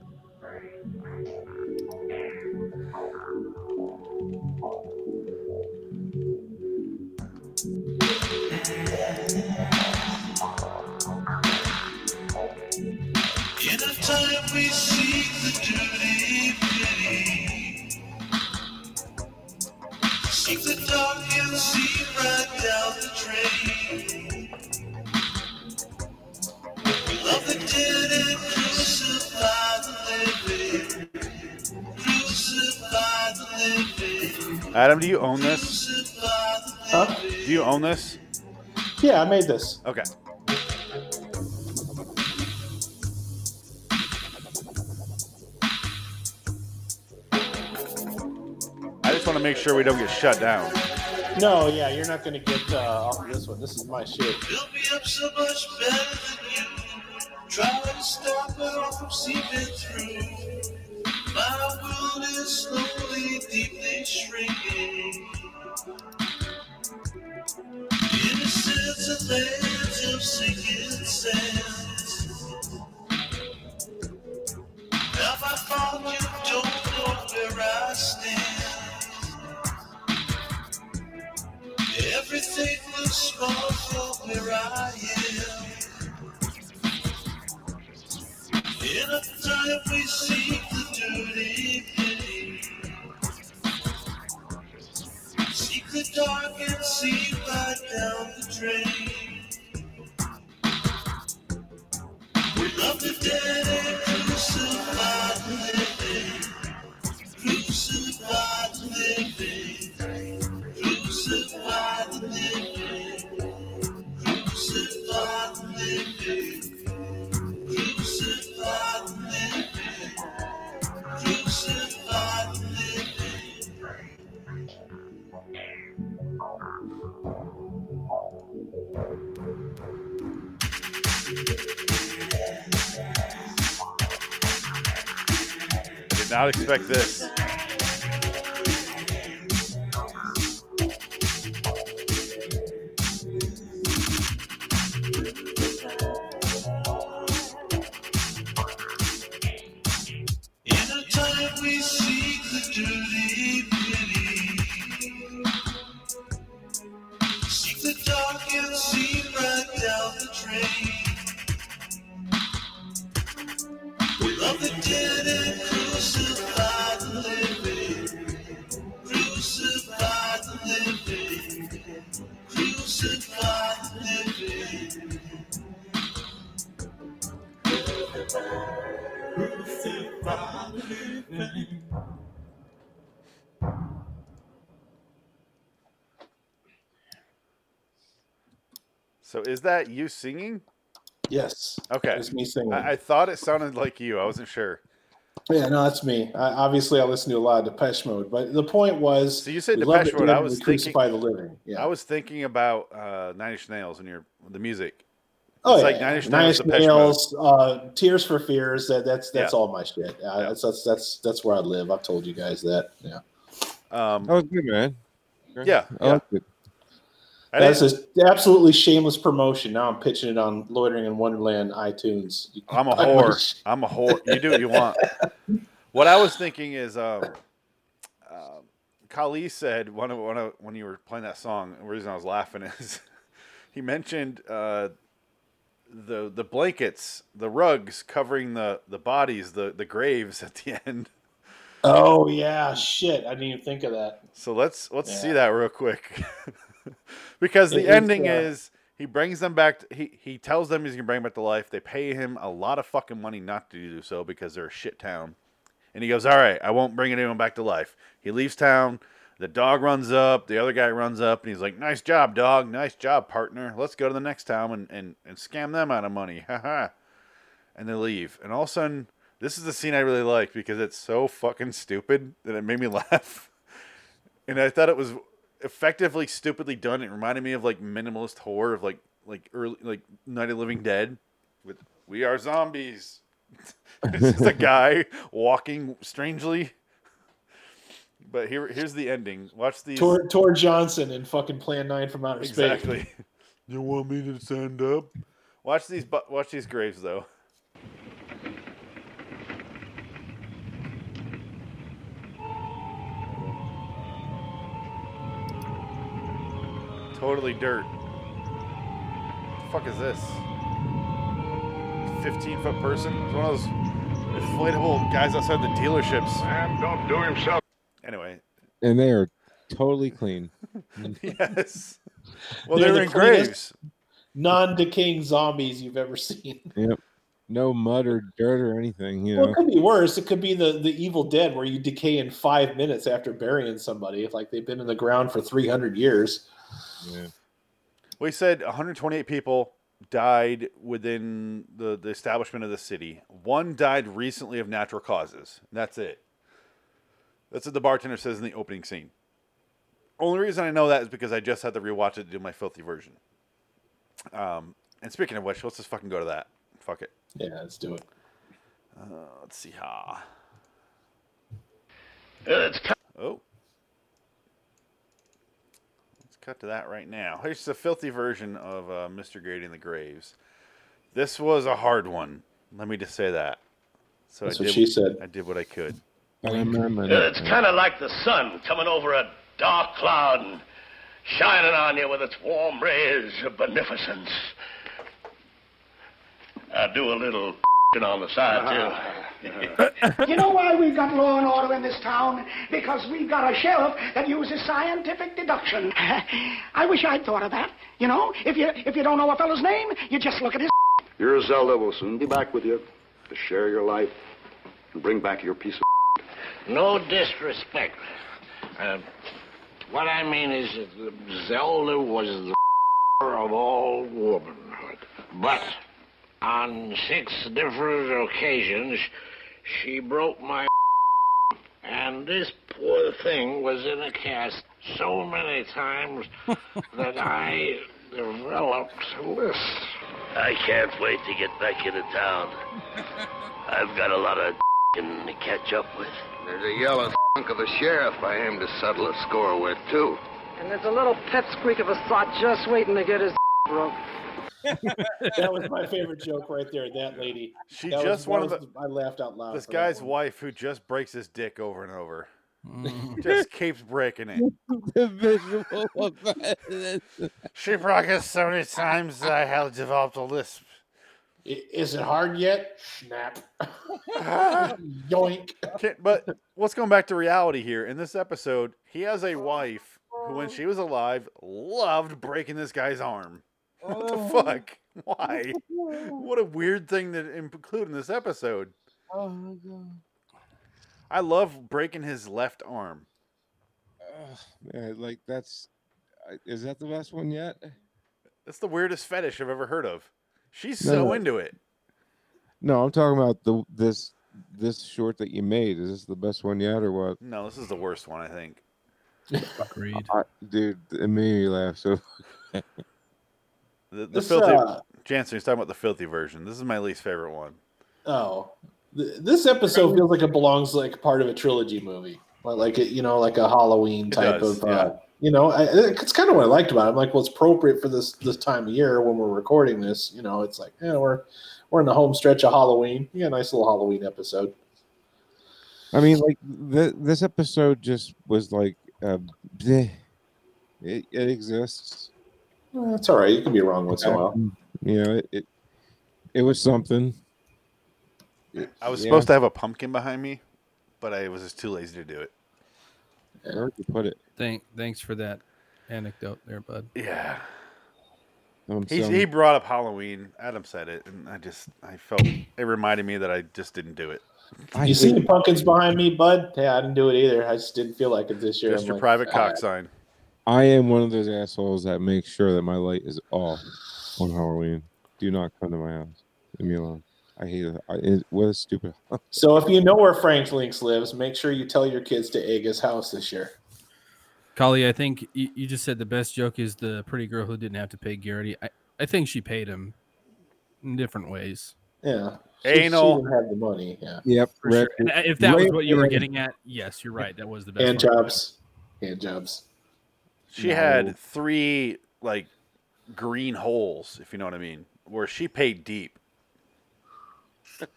[SPEAKER 2] Adam, do you own this?
[SPEAKER 4] Huh?
[SPEAKER 2] Do you own this?
[SPEAKER 4] Yeah, I made this.
[SPEAKER 2] Okay. I just want to make sure we don't get shut down.
[SPEAKER 4] No, yeah, you're not gonna get uh, off of this one. This is my shit.
[SPEAKER 2] Did not expect this.
[SPEAKER 10] In a time we seek the truth.
[SPEAKER 2] So is that you singing?
[SPEAKER 4] Yes.
[SPEAKER 2] Okay.
[SPEAKER 4] It's me singing.
[SPEAKER 2] I, I thought it sounded like you. I wasn't sure.
[SPEAKER 4] Yeah, no, that's me. I, obviously, I listen to a lot of Depeche Mode, but the point was.
[SPEAKER 2] So you said
[SPEAKER 4] we love
[SPEAKER 2] Depeche
[SPEAKER 4] the
[SPEAKER 2] Mode.
[SPEAKER 4] dead
[SPEAKER 2] I
[SPEAKER 4] and we
[SPEAKER 2] was thinking.
[SPEAKER 4] crucify the living. Yeah.
[SPEAKER 2] I was thinking about uh, Nine Inch Nails and your the music.
[SPEAKER 4] Oh,
[SPEAKER 2] it's
[SPEAKER 4] yeah.
[SPEAKER 2] like Nine Inch
[SPEAKER 4] Nine
[SPEAKER 2] Nails,
[SPEAKER 4] Inch
[SPEAKER 2] Depeche Mode.
[SPEAKER 4] Nails, uh, Tears for Fears. That, that's that's
[SPEAKER 2] Yeah.
[SPEAKER 4] all my shit. Uh, that's, that's that's that's where I live. I've told you guys that. Yeah.
[SPEAKER 2] Um,
[SPEAKER 4] Oh,
[SPEAKER 1] That was good, man.
[SPEAKER 2] Yeah,
[SPEAKER 1] I
[SPEAKER 2] yeah.
[SPEAKER 1] liked it.
[SPEAKER 2] I
[SPEAKER 4] That's
[SPEAKER 2] didn't-
[SPEAKER 4] an absolutely shameless promotion. Now I'm pitching it on Loitering in Wonderland iTunes. You can
[SPEAKER 2] I'm a
[SPEAKER 4] buy my
[SPEAKER 2] whore.
[SPEAKER 4] shit.
[SPEAKER 2] I'm a whore. You do what you want. What I was thinking is, um, um Kali said one of one of when you were playing that song. The reason I was laughing is he mentioned uh, the the blankets, the rugs covering the the bodies, the the graves at the end.
[SPEAKER 4] Oh yeah, shit! I didn't even think of that.
[SPEAKER 2] So let's let's see
[SPEAKER 4] Yeah.
[SPEAKER 2] that real quick, because the
[SPEAKER 4] It- it's,
[SPEAKER 2] ending
[SPEAKER 4] uh,
[SPEAKER 2] is he brings them back. To, he he tells them he's gonna bring them back to life. They pay him a lot of fucking money not to do so because they're a shit town. And he goes, "All right, I won't bring anyone back to life." He leaves town. The dog runs up. The other guy runs up, and he's like, "Nice job, dog. Nice job, partner. Let's go to the next town and and, and scam them out of money." Ha ha. And they leave. And all of a sudden, this is the scene I really like because it's so fucking stupid that it made me laugh and I thought it was effectively stupidly done. It reminded me of like minimalist horror of like like early like Night of the Living Dead with "We Are Zombies." it's just a guy walking strangely. But here, here's the ending. Watch these.
[SPEAKER 4] Tor, Tor Johnson and fucking Plan Nine from Outer Space.
[SPEAKER 2] exactly. you want me to stand up? Watch these. bu- Watch these graves though. Totally dirt. The fuck is this? 15 foot person? It's one of those inflatable guys outside the dealerships.
[SPEAKER 10] Sam don't do himself.
[SPEAKER 2] Anyway,
[SPEAKER 1] And they are totally clean.
[SPEAKER 2] yes. Well,
[SPEAKER 4] They're
[SPEAKER 2] they're,
[SPEAKER 4] the
[SPEAKER 2] in
[SPEAKER 4] cleanest-
[SPEAKER 2] graves.
[SPEAKER 4] Non-decaying zombies you've ever seen.
[SPEAKER 1] No mud or dirt or anything, you
[SPEAKER 4] Well,
[SPEAKER 1] know.
[SPEAKER 4] it could be worse. It could be the the Evil Dead, where you decay in five minutes after burying somebody, if like they've been in the ground for three hundred years.
[SPEAKER 1] Yeah.
[SPEAKER 2] We said 128 people died within the, the establishment of the city. One died recently of natural causes. That's it. That's what the bartender says in the opening scene. Only reason I know that is because I just had to rewatch it to do my filthy version. Um, and speaking of which, let's just fucking go to that. Fuck it.
[SPEAKER 4] Yeah, let's do it.
[SPEAKER 2] Uh, let's see how.
[SPEAKER 6] It's
[SPEAKER 2] Oh. Let's cut to that right now. Here's the filthy version of uh, Mr. Grady and the Graves. This was a hard one. Let me just say that. So
[SPEAKER 4] That's
[SPEAKER 2] I
[SPEAKER 4] what
[SPEAKER 2] did,
[SPEAKER 4] she said.
[SPEAKER 2] I did what I could.
[SPEAKER 6] It's kind of like the sun coming over a dark cloud and shining on you with its warm rays of beneficence. I do a little on the side,
[SPEAKER 11] You know why we've got law and order in this town? Because we've got a sheriff that uses scientific deduction. I wish I'd thought of that. You know, if you if you don't know a fellow's name, you just look at his.
[SPEAKER 10] Your Zelda will soon be back with you to share your life and bring back your piece of.
[SPEAKER 6] too. No disrespect. Uh, what I mean is that Zelda was the of all womanhood. But on six different occasions, she broke my. And this poor thing was in a cast so many times that I developed this. I can't wait to get back into town. I've got a lot of to catch up with.
[SPEAKER 10] There's a yellow skunk of a sheriff I aim to settle a score with, too.
[SPEAKER 11] And there's a little pet squeak of a sot just waiting to get his broke.
[SPEAKER 4] That was my favorite joke right there. That lady.
[SPEAKER 2] She
[SPEAKER 4] That was-
[SPEAKER 2] just
[SPEAKER 4] that
[SPEAKER 2] one of
[SPEAKER 4] was-
[SPEAKER 2] the,
[SPEAKER 4] I laughed out loud.
[SPEAKER 2] this
[SPEAKER 4] for that
[SPEAKER 2] guy's
[SPEAKER 4] one.
[SPEAKER 2] wife who just breaks his dick over and over.
[SPEAKER 3] Mm.
[SPEAKER 2] Just keeps breaking it.
[SPEAKER 1] the visual of that.
[SPEAKER 2] She broke it so many times that I had developed a lisp.
[SPEAKER 4] I- Is it hard yet? Snap. Yoink.
[SPEAKER 2] Can't- but what's going back to reality here in this episode? He has a wife who,
[SPEAKER 12] Oh.
[SPEAKER 2] when she was alive, loved breaking this guy's arm. What the
[SPEAKER 12] Oh.
[SPEAKER 2] fuck? Why? What a weird thing to include in this episode.
[SPEAKER 12] Oh my god.
[SPEAKER 2] I love breaking his left arm.
[SPEAKER 1] Yeah, like that's I- is that the last one yet?
[SPEAKER 2] That's the weirdest fetish I've ever heard of. She's
[SPEAKER 1] No,
[SPEAKER 2] so
[SPEAKER 1] no.
[SPEAKER 2] into it.
[SPEAKER 1] No, I'm talking about the this this short that you made. Is this the best one yet or what?
[SPEAKER 2] No, this is the worst one, I think.
[SPEAKER 3] Agreed.
[SPEAKER 1] I, dude, it made me laugh so
[SPEAKER 2] The, the
[SPEAKER 4] This,
[SPEAKER 2] filthy
[SPEAKER 4] uh,
[SPEAKER 2] Jansen, he's talking about the filthy version. This is my least favorite one.
[SPEAKER 4] Oh, Th- this episode feels like it belongs like part of a trilogy movie, Like- like it, you know, like a Halloween type
[SPEAKER 2] does,
[SPEAKER 4] of. Uh, you know, I, I- it's kind of what I liked about it. I'm like, well, it's appropriate for this this time of year when we're recording this. You know, it's like, yeah, we're we're in the home stretch of Halloween. Yeah, nice little Halloween episode.
[SPEAKER 1] I mean, like th- this episode just was like, uh, bleh. it, it exists.
[SPEAKER 4] Eh, it's all right. You can be wrong once in a while.
[SPEAKER 1] You know, it it, it was something. It-
[SPEAKER 2] I was
[SPEAKER 1] yeah,
[SPEAKER 2] supposed to have a pumpkin behind me, but I was just too lazy to do it.
[SPEAKER 1] Where'd you put it?
[SPEAKER 3] Thank, thanks for that anecdote there, bud.
[SPEAKER 2] Yeah.
[SPEAKER 1] Um,
[SPEAKER 2] He,
[SPEAKER 1] some-
[SPEAKER 2] he brought up Halloween. Adam said it, and I just I felt it reminded me that I just didn't do it.
[SPEAKER 4] you see the pumpkins behind me, bud? Yeah, I didn't do it either. I just didn't feel like it this year.
[SPEAKER 2] Just
[SPEAKER 4] I'm
[SPEAKER 2] your
[SPEAKER 4] like,
[SPEAKER 2] private
[SPEAKER 4] "Ah,
[SPEAKER 2] cock sign.
[SPEAKER 1] I am one of those assholes that makes sure that my light is off on Halloween. Do not come to my house. Leave me alone. I hate it. I, it what a stupid.
[SPEAKER 4] So if you know where Frank Links lives, make sure you tell your kids to egg his house this year.
[SPEAKER 3] Kali, I think you, you just said the best joke is the pretty girl who didn't have to pay Garrity. I, I think she paid him in different ways.
[SPEAKER 4] Yeah. She-
[SPEAKER 2] Anal.
[SPEAKER 4] She didn't have the money. Yeah.
[SPEAKER 1] Yep.
[SPEAKER 3] For sure.
[SPEAKER 1] Rex-
[SPEAKER 3] And if that was
[SPEAKER 1] Rex-
[SPEAKER 3] what you were getting at, yes, you're right. That was the best.
[SPEAKER 4] Hand
[SPEAKER 3] one.
[SPEAKER 4] jobs. Hand jobs.
[SPEAKER 2] She had three like green holes, if you know what I mean, where she paid deep.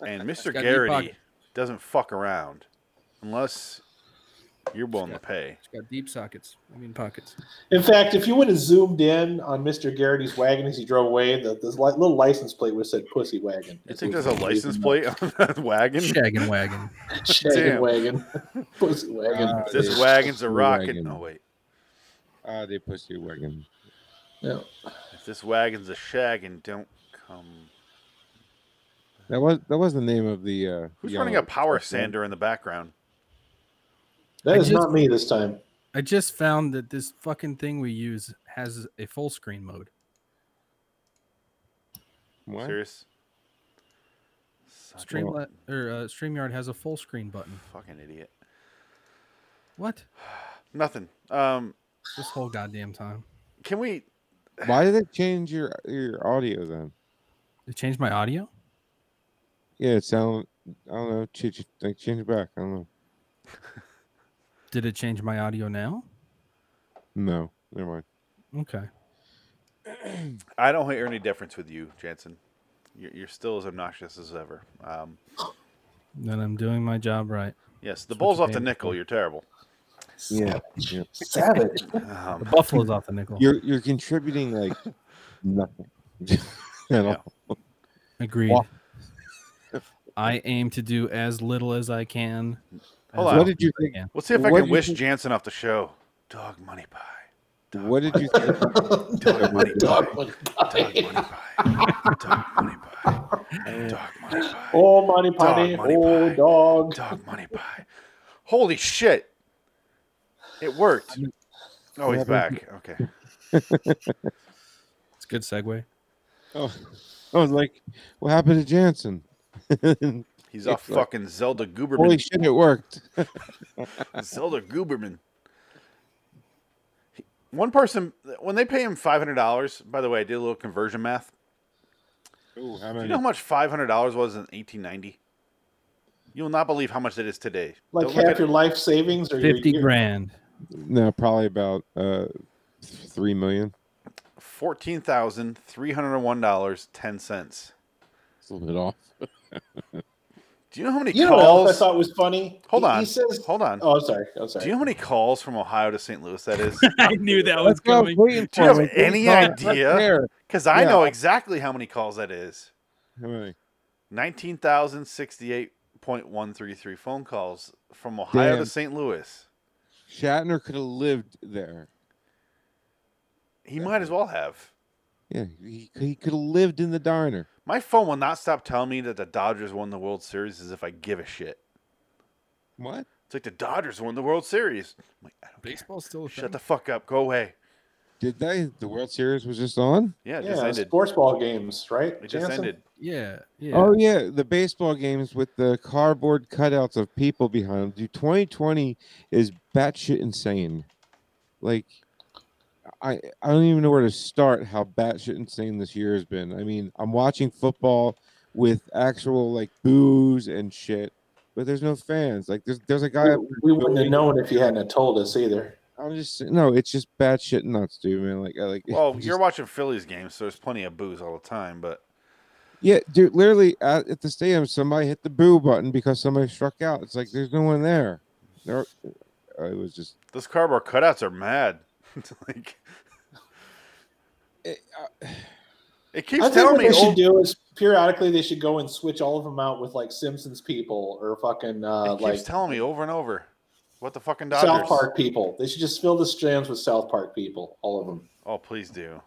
[SPEAKER 2] And Mr.
[SPEAKER 3] got deep
[SPEAKER 2] Garrity
[SPEAKER 3] pockets.
[SPEAKER 2] doesn't fuck around unless you're willing to pay.
[SPEAKER 3] She's got deep sockets. I mean pockets.
[SPEAKER 4] In fact, if you would have zoomed in on Mr. Garrity's wagon as he drove away, the, this li- little license plate would have said "pussy wagon."
[SPEAKER 2] You think there's a license plate on that wagon?
[SPEAKER 3] Shaggin' wagon.
[SPEAKER 4] Shaggin'
[SPEAKER 2] Damn. Uh,
[SPEAKER 4] wagon, pussy wagon.
[SPEAKER 1] Ah,
[SPEAKER 2] This
[SPEAKER 1] they-
[SPEAKER 2] wagon's a
[SPEAKER 1] pussy
[SPEAKER 2] rocket.
[SPEAKER 1] wagon.
[SPEAKER 2] Oh wait,
[SPEAKER 1] Ah, they pussy wagon.
[SPEAKER 4] yeah.
[SPEAKER 2] if this wagon's a shaggin', don't come.
[SPEAKER 1] That was that was the name of the. Uh,
[SPEAKER 2] Who's
[SPEAKER 1] yellow-
[SPEAKER 2] running a power sander in the background?
[SPEAKER 4] That
[SPEAKER 3] I
[SPEAKER 4] is
[SPEAKER 3] just-
[SPEAKER 4] not me this time.
[SPEAKER 3] I just found that this fucking thing we use has a full screen mode.
[SPEAKER 1] What?
[SPEAKER 2] Serious? Such a
[SPEAKER 3] Streamlet or uh, StreamYard has a full screen button.
[SPEAKER 2] fucking idiot.
[SPEAKER 3] What?
[SPEAKER 2] Nothing. Um,
[SPEAKER 3] This whole goddamn time.
[SPEAKER 2] can we?
[SPEAKER 1] Why did it change your your audio then?
[SPEAKER 3] It changed my audio?
[SPEAKER 1] Yeah, it sound. I don't know. Change, like, change it back. I don't know.
[SPEAKER 3] Did it change my audio now?
[SPEAKER 1] No, never mind.
[SPEAKER 3] Okay.
[SPEAKER 2] I don't hear any difference with you, Jansen. You're, you're still as obnoxious as ever. Um,
[SPEAKER 3] Then I'm doing my job right.
[SPEAKER 2] yes, the
[SPEAKER 3] what
[SPEAKER 2] bowl's
[SPEAKER 3] you
[SPEAKER 2] off the
[SPEAKER 3] aim
[SPEAKER 2] nickel.
[SPEAKER 3] for.
[SPEAKER 2] You're terrible.
[SPEAKER 1] Yeah, yeah.
[SPEAKER 4] Savage.
[SPEAKER 3] The
[SPEAKER 2] Um,
[SPEAKER 3] buffalo's off the nickel.
[SPEAKER 1] You're you're contributing like nothing at all.
[SPEAKER 3] Agreed.
[SPEAKER 1] Wa-
[SPEAKER 3] I aim to do as little as I can.
[SPEAKER 2] Hold
[SPEAKER 3] as
[SPEAKER 2] on.
[SPEAKER 1] What
[SPEAKER 3] often
[SPEAKER 1] did you
[SPEAKER 3] as I
[SPEAKER 1] think-
[SPEAKER 3] can.
[SPEAKER 2] let's see if I
[SPEAKER 1] What
[SPEAKER 2] can
[SPEAKER 1] do you
[SPEAKER 2] wish
[SPEAKER 1] think-
[SPEAKER 2] Jansen off the show. Dog money pie.
[SPEAKER 1] What did you think?
[SPEAKER 2] Dog money pie.
[SPEAKER 4] Dog money.
[SPEAKER 2] Dog money pie. Dog money pie. Dog money pie.
[SPEAKER 4] Oh, Monty Python.
[SPEAKER 2] Monty
[SPEAKER 4] Oh,
[SPEAKER 2] Python.
[SPEAKER 4] dog.
[SPEAKER 2] Dog money pie. Holy shit! It worked. Oh, he's back. Okay.
[SPEAKER 3] It's a good segue.
[SPEAKER 1] Oh, I was like, what happened to Jansen?
[SPEAKER 2] He's
[SPEAKER 1] Excellent.
[SPEAKER 2] off fucking Zelda Gooberman.
[SPEAKER 1] Holy shit, it worked.
[SPEAKER 2] Zelda Gooberman. He- One person, when they pay him five hundred dollars. By the way, I did a little conversion math.
[SPEAKER 1] Ooh, how
[SPEAKER 2] Do you
[SPEAKER 1] many?
[SPEAKER 2] know how much five hundred dollars was in eighteen ninety? You will not believe how much that is today.
[SPEAKER 4] Like
[SPEAKER 2] Don't look
[SPEAKER 4] half
[SPEAKER 2] at
[SPEAKER 4] your life savings or your
[SPEAKER 3] 50
[SPEAKER 4] year-
[SPEAKER 3] grand.
[SPEAKER 1] No, probably about uh, th- three million.
[SPEAKER 2] fourteen thousand three hundred one dollars ten cents.
[SPEAKER 1] It's a little bit off.
[SPEAKER 2] Do you know how many
[SPEAKER 4] You know what else I
[SPEAKER 2] calls?
[SPEAKER 4] thought was funny?
[SPEAKER 2] Hold
[SPEAKER 4] He-
[SPEAKER 2] on.
[SPEAKER 4] He says,
[SPEAKER 2] Hold on.
[SPEAKER 4] "Oh, I'm sorry. I'm sorry."
[SPEAKER 2] Do you know how many calls from Ohio to St. Louis that is?
[SPEAKER 3] I knew that was
[SPEAKER 1] That's what I was
[SPEAKER 3] coming.
[SPEAKER 1] waiting
[SPEAKER 2] Oh, Do you
[SPEAKER 1] for,
[SPEAKER 2] have
[SPEAKER 1] like, it's
[SPEAKER 2] any
[SPEAKER 1] not- it's not
[SPEAKER 2] idea?
[SPEAKER 1] fair.
[SPEAKER 2] Because I
[SPEAKER 1] Yeah.
[SPEAKER 2] know exactly how many calls that is.
[SPEAKER 1] How many?
[SPEAKER 2] Nineteen thousand sixty-eight point one three three phone calls from Ohio
[SPEAKER 1] Damn.
[SPEAKER 2] to St. Louis.
[SPEAKER 1] Shatner could have lived there.
[SPEAKER 2] He might as well have.
[SPEAKER 1] Yeah, he, he could have lived in the diner.
[SPEAKER 2] My phone will not stop telling me that the Dodgers won the World Series as if I give a shit.
[SPEAKER 1] What?
[SPEAKER 2] It's like the Dodgers won the World Series. I'm like, I don't Baseball's still a Shut the fuck up. Go away.
[SPEAKER 1] Did they? The World Series was just on.
[SPEAKER 2] Yeah, it just ended.
[SPEAKER 4] sports ball games, right?
[SPEAKER 2] It just ended.
[SPEAKER 3] Yeah, yeah.
[SPEAKER 1] Oh yeah, the baseball games with the cardboard cutouts of people behind them. Dude, 2020 is batshit insane. Like, I I don't even know where to start. How batshit insane this year has been. I mean, I'm watching football with actual like booze and shit, but there's no fans. Like, there's there's a guy. up there
[SPEAKER 4] We wouldn't have
[SPEAKER 1] doing-
[SPEAKER 4] known if you hadn't have told us either.
[SPEAKER 1] I'm just no. It's just batshit nuts, dude, man. Like, I like.
[SPEAKER 2] Well, Oh, you're watching Phillies games, so there's plenty of booze all the time. But
[SPEAKER 1] Yeah, dude. Literally at, at the stadium, somebody hit the boo button because somebody struck out. It's like there's no one there. There, uh, it was just.
[SPEAKER 2] those cardboard cutouts are mad. It's like
[SPEAKER 1] it,
[SPEAKER 2] keeps
[SPEAKER 4] I think
[SPEAKER 2] telling
[SPEAKER 4] what
[SPEAKER 2] me.
[SPEAKER 4] they
[SPEAKER 2] oh,
[SPEAKER 4] should do is periodically they should go and switch all of them out with like Simpsons people or fucking uh,
[SPEAKER 2] it keeps
[SPEAKER 4] like
[SPEAKER 2] telling me over and over. What the fucking Dodgers?
[SPEAKER 4] South Park people. They should just fill the stands with South Park people, all of them.
[SPEAKER 2] Oh, please do.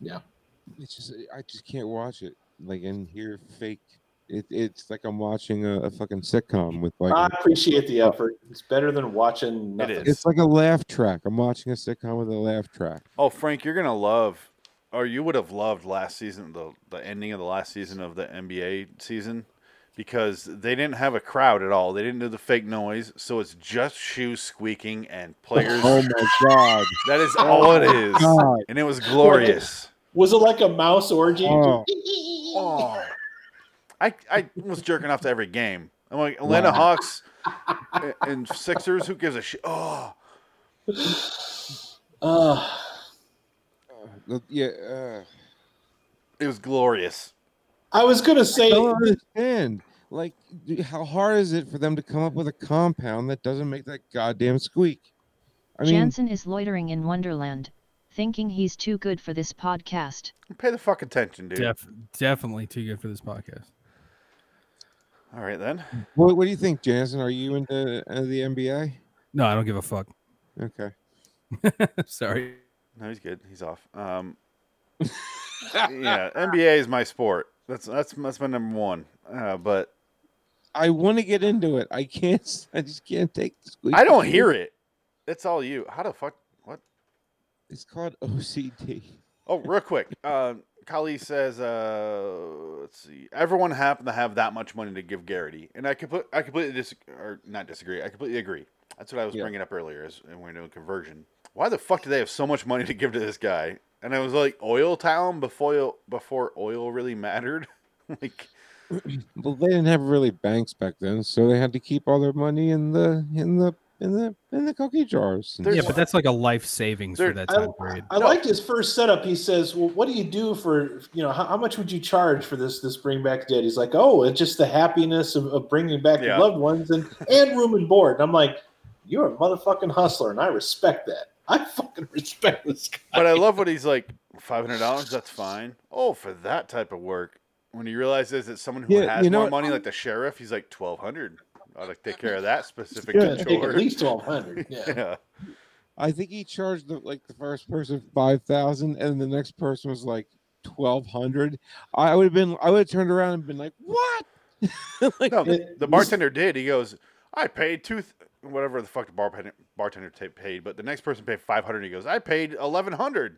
[SPEAKER 4] Yeah.
[SPEAKER 1] It's just I just can't watch it. Like and hear fake. It, it's like I'm watching a, a fucking sitcom with like.
[SPEAKER 4] I
[SPEAKER 1] a-
[SPEAKER 4] appreciate the effort. It's better than watching nothing.
[SPEAKER 1] It's like a laugh track. I'm watching a sitcom with a laugh track.
[SPEAKER 2] Oh, Frank, you're gonna love, or you would have loved last season, the the ending of the last season of the NBA season, because they didn't have a crowd at all. They didn't do the fake noise, so it's just shoes squeaking and players.
[SPEAKER 1] Oh my god!
[SPEAKER 2] that is all it
[SPEAKER 1] my
[SPEAKER 2] is,
[SPEAKER 1] God.
[SPEAKER 2] and it was glorious.
[SPEAKER 4] Was it like a mouse orgy?
[SPEAKER 1] Oh.
[SPEAKER 2] Oh. I I was jerking off to every game. I'm like Atlanta Hawks and- and Sixers. Who gives a shit? Oh,
[SPEAKER 4] Uh,
[SPEAKER 1] Look, Yeah. Uh,
[SPEAKER 2] it was glorious.
[SPEAKER 4] I was gonna say
[SPEAKER 1] I don't understand. Like, d- how hard is it for them to come up with a compound that doesn't make that goddamn squeak? I mean,
[SPEAKER 12] Jansen is loitering in Wonderland, thinking he's too good for this podcast.
[SPEAKER 2] Pay the fuck attention, dude.
[SPEAKER 3] Def- definitely too good for this podcast.
[SPEAKER 2] All right then.
[SPEAKER 1] what, what do you think, Jansen? Are you into uh, the NBA?
[SPEAKER 3] No, I don't give a fuck.
[SPEAKER 1] Okay.
[SPEAKER 3] Sorry.
[SPEAKER 2] No, he's good. He's off. Um, yeah, NBA is my sport. That's that's that's my number one. Uh, but
[SPEAKER 1] I want to get into it. I can't. s- I just can't take the squeak.
[SPEAKER 2] I don't hear it. It's all you. How the fuck? What?
[SPEAKER 1] It's called OCD.
[SPEAKER 2] Oh, real quick. Uh, Kali says, uh, let's see. Everyone happened to have that much money to give Garrity, and I compl- I completely dis- or not disagree. I completely agree. That's what I was
[SPEAKER 1] Yeah.
[SPEAKER 2] bringing up earlier, is when we we're doing conversion. Why the fuck do they have so much money to give to this guy? And I was like, oil town before oil, before oil really mattered. like,
[SPEAKER 1] Well, they didn't have really banks back then, so they had to keep all their money in the in the in the in the cookie jars. and
[SPEAKER 2] There's-
[SPEAKER 3] Yeah,
[SPEAKER 1] stuff.
[SPEAKER 3] but that's like a life savings for
[SPEAKER 2] There-
[SPEAKER 3] that
[SPEAKER 4] I-
[SPEAKER 3] time period.
[SPEAKER 4] I liked his first setup. He says, "Well, what do you do for you know? How, how much would you charge for this this bring back dead?" He's like, "Oh, it's just the happiness of, of bringing back
[SPEAKER 2] Yeah.
[SPEAKER 4] your loved ones and and room and board." And I'm like, "You're a motherfucking hustler, and I respect that. I fucking respect this guy."
[SPEAKER 2] but I love what he's like. Five hundred dollars, that's fine. Oh, for that type of work. When he realizes that someone who
[SPEAKER 1] Yeah,
[SPEAKER 2] has
[SPEAKER 1] you know um,
[SPEAKER 2] more
[SPEAKER 1] what?
[SPEAKER 2] money, like the sheriff, he's like twelve hundred. I'll like, take care of that specific
[SPEAKER 1] Yeah,
[SPEAKER 4] Take
[SPEAKER 2] chore.
[SPEAKER 4] at least twelve hundred. Yeah.
[SPEAKER 2] yeah.
[SPEAKER 1] I think he charged the like the first person five thousand, and the next person was like twelve hundred. I would have been, I would have turned around and been like, "What?" like,
[SPEAKER 2] No,
[SPEAKER 4] It-
[SPEAKER 2] the bartender did. He goes, I paid two, th- whatever the fuck the bartender bartender ta- paid, but the next person paid five hundred. He goes, I paid eleven hundred.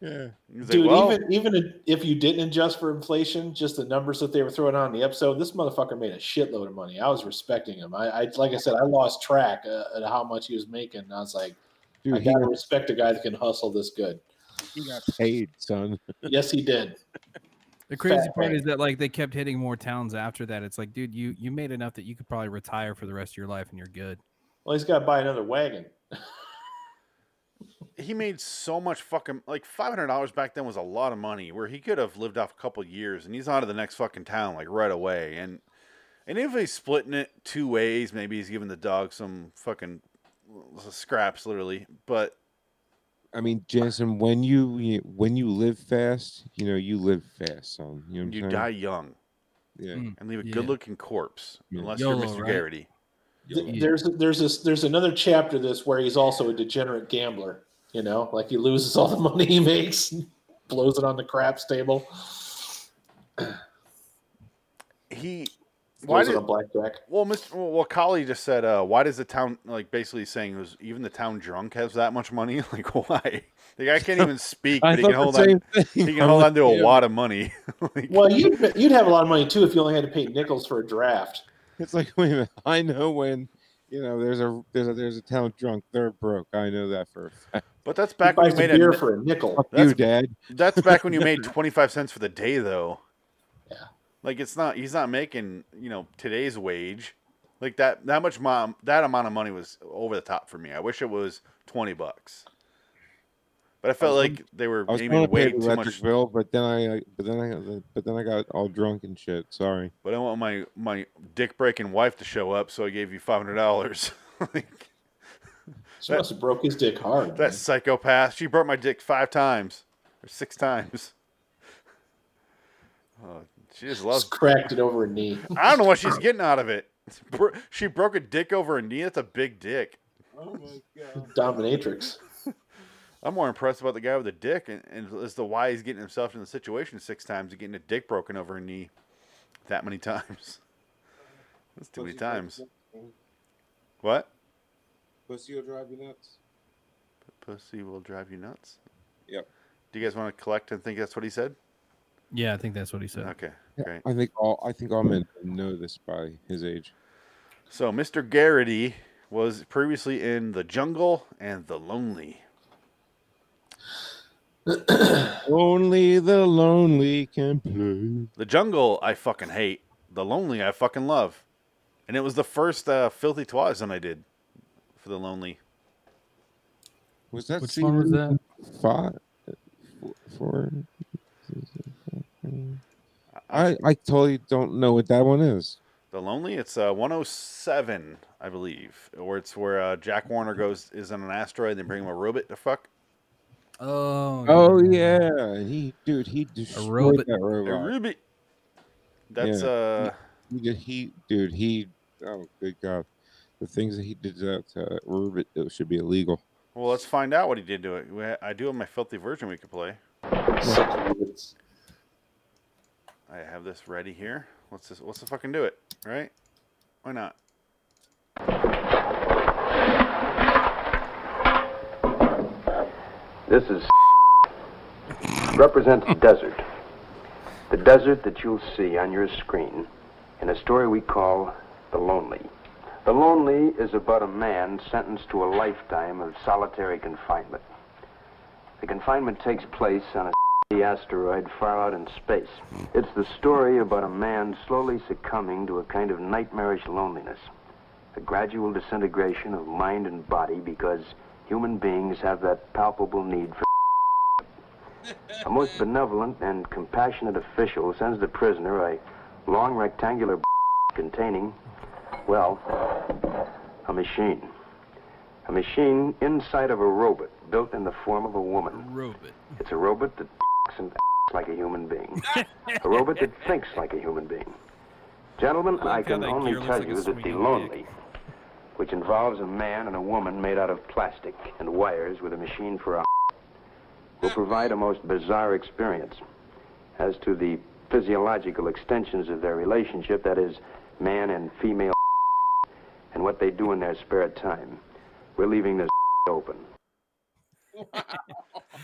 [SPEAKER 1] yeah,
[SPEAKER 2] He's like,
[SPEAKER 4] Dude,
[SPEAKER 2] well,
[SPEAKER 4] even even if you didn't adjust for inflation, just the numbers that they were throwing on the episode, this motherfucker made a shitload of money. I was respecting him. I, I like I said, I lost track uh, of how much he was making. And I was like, I
[SPEAKER 1] dude, he
[SPEAKER 4] gotta respect a guy that can hustle this good.
[SPEAKER 1] got paid, son.
[SPEAKER 4] Yes, he did.
[SPEAKER 3] The crazy
[SPEAKER 4] Fat
[SPEAKER 3] part
[SPEAKER 4] right.
[SPEAKER 3] is that like they kept hitting more towns after that. It's like, dude, you you made enough that you could probably retire for the rest of your life and you're good.
[SPEAKER 4] Well, he's got to buy another wagon.
[SPEAKER 2] he made so much fucking like five hundred dollars back then was a lot of money where he could have lived off a couple years and he's on to the next fucking town like right away and and if he's splitting it two ways maybe he's giving the dog some fucking scraps literally but
[SPEAKER 1] I mean, Jansen, when you you- when you live fast, you know you live fast, son. You, know what I'm
[SPEAKER 2] you
[SPEAKER 1] saying?
[SPEAKER 2] die young
[SPEAKER 1] Yeah.
[SPEAKER 3] Mm.
[SPEAKER 2] and leave a
[SPEAKER 3] Yeah.
[SPEAKER 2] good looking corpse
[SPEAKER 1] Yeah.
[SPEAKER 2] unless
[SPEAKER 3] YOLO,
[SPEAKER 2] you're Mr.
[SPEAKER 3] right?
[SPEAKER 2] Garrity
[SPEAKER 4] Th- There's there's this there's another chapter of this where he's also a degenerate gambler. You know, like he loses all the money he makes, and blows it on the craps table,
[SPEAKER 2] He. Why
[SPEAKER 4] blows it
[SPEAKER 2] did,
[SPEAKER 4] on blackjack.
[SPEAKER 2] well, Mr. Well, well, Collie just said, uh, "Why does the town like basically saying it was even the town drunk has that much money? Like, why? The guy can't even speak,
[SPEAKER 1] I
[SPEAKER 2] but he can
[SPEAKER 1] thought the
[SPEAKER 2] hold
[SPEAKER 1] same
[SPEAKER 2] on. He
[SPEAKER 1] thing.
[SPEAKER 2] can
[SPEAKER 1] I'm
[SPEAKER 2] hold
[SPEAKER 1] like,
[SPEAKER 2] on to a
[SPEAKER 1] yeah.
[SPEAKER 2] wad of money.
[SPEAKER 4] Well, you'd you'd have a lot of money too if you only had to pay nickels for a draft.
[SPEAKER 1] It's like wait a minute. I know when you know there's a there's a there's a town drunk. They're broke. I know that for a fact.
[SPEAKER 2] But that's
[SPEAKER 4] He
[SPEAKER 2] back when you
[SPEAKER 4] buys a
[SPEAKER 2] made a
[SPEAKER 4] beer
[SPEAKER 2] ni-
[SPEAKER 4] for a nickel.
[SPEAKER 1] Fuck you,
[SPEAKER 2] That's-
[SPEAKER 1] Dad.
[SPEAKER 2] That's back when you made twenty five cents for the day, though.
[SPEAKER 4] Yeah.
[SPEAKER 2] Like it's not. He's not making you know today's wage. Like that. That much mom. That amount of money was over the top for me. I wish it was twenty bucks. But I felt
[SPEAKER 1] was
[SPEAKER 2] like they were
[SPEAKER 1] I was going
[SPEAKER 2] aiming
[SPEAKER 1] to pay
[SPEAKER 2] way
[SPEAKER 1] the
[SPEAKER 2] too
[SPEAKER 1] electric
[SPEAKER 2] much.
[SPEAKER 1] bill, but then I uh, but then I but then I got all drunk and shit. Sorry.
[SPEAKER 2] But I want my my dick breaking wife to show up, so I gave you five hundred dollars. like
[SPEAKER 4] She
[SPEAKER 2] That-
[SPEAKER 4] must have broke his dick hard.
[SPEAKER 2] that psychopath. She broke my dick five times or six times. Oh, she just loves
[SPEAKER 4] Just cracked it over a knee.
[SPEAKER 2] I don't know what she's getting out of it. Bro- She broke a dick over a knee. That's a big dick.
[SPEAKER 1] Oh my god.
[SPEAKER 4] Dominatrix.
[SPEAKER 2] I'm more impressed about the guy with the dick and, and as to why he's getting himself in the situation six times and getting a dick broken over a knee that many times. That's too many times. What?
[SPEAKER 1] Pussy will drive you nuts.
[SPEAKER 2] Pussy will drive you nuts.
[SPEAKER 1] Yep.
[SPEAKER 2] Do you guys want to collect and think that's what he said?
[SPEAKER 3] Yeah, I think that's what he said.
[SPEAKER 2] Okay, great.
[SPEAKER 1] I think all I think all men know this by his age.
[SPEAKER 2] So Mr. Garrity was previously in The Jungle and The Lonely.
[SPEAKER 1] Only the lonely can play.
[SPEAKER 2] The jungle I fucking hate. The lonely I fucking love. And it was the first uh, filthy toism I did for the lonely.
[SPEAKER 1] Was that
[SPEAKER 3] Which one was that?
[SPEAKER 1] Five, four. I I totally don't know what that one is.
[SPEAKER 2] The lonely. It's uh, 107, I believe, or it's where uh, Jack Warner goes is on an asteroid. They bring him a robot to fuck.
[SPEAKER 3] Oh,
[SPEAKER 1] Oh yeah, and he dude he destroyed
[SPEAKER 3] robot.
[SPEAKER 1] that
[SPEAKER 2] A
[SPEAKER 1] robot.
[SPEAKER 2] robot. That's
[SPEAKER 1] Yeah.
[SPEAKER 2] uh,
[SPEAKER 1] He, did- he dude he oh good god, the things that he did to that uh, robot it should be illegal.
[SPEAKER 2] well, let's find out what he did to it. We- I do have my filthy version we could play.
[SPEAKER 4] It's-
[SPEAKER 2] I have this ready here. Let's just let's fucking do it, right? Why not?
[SPEAKER 13] This is represents desert. The desert that you'll see on your screen in a story we call The Lonely. The Lonely is about a man sentenced to a lifetime of solitary confinement. The confinement takes place on a asteroid far out in space. It's the story about a man slowly succumbing to a kind of nightmarish loneliness, a gradual disintegration of mind and body because human beings have that palpable need for. A most benevolent and compassionate official sends the prisoner a long rectangular containing, well, a machine. A machine inside of a robot built in the form of a woman.
[SPEAKER 3] Robot.
[SPEAKER 13] It's a robot that and like a human being. a robot that thinks like a human being. Gentlemen, I can
[SPEAKER 3] that
[SPEAKER 13] only
[SPEAKER 3] gear looks
[SPEAKER 13] tell
[SPEAKER 3] like a
[SPEAKER 13] you that the
[SPEAKER 3] swinging
[SPEAKER 13] lonely, which involves a man and a woman made out of plastic and wires with a machine for a will provide a most bizarre experience. As to the physiological extensions of their relationship, that is, man and female, and what they do in their spare time, we're leaving this open.
[SPEAKER 2] That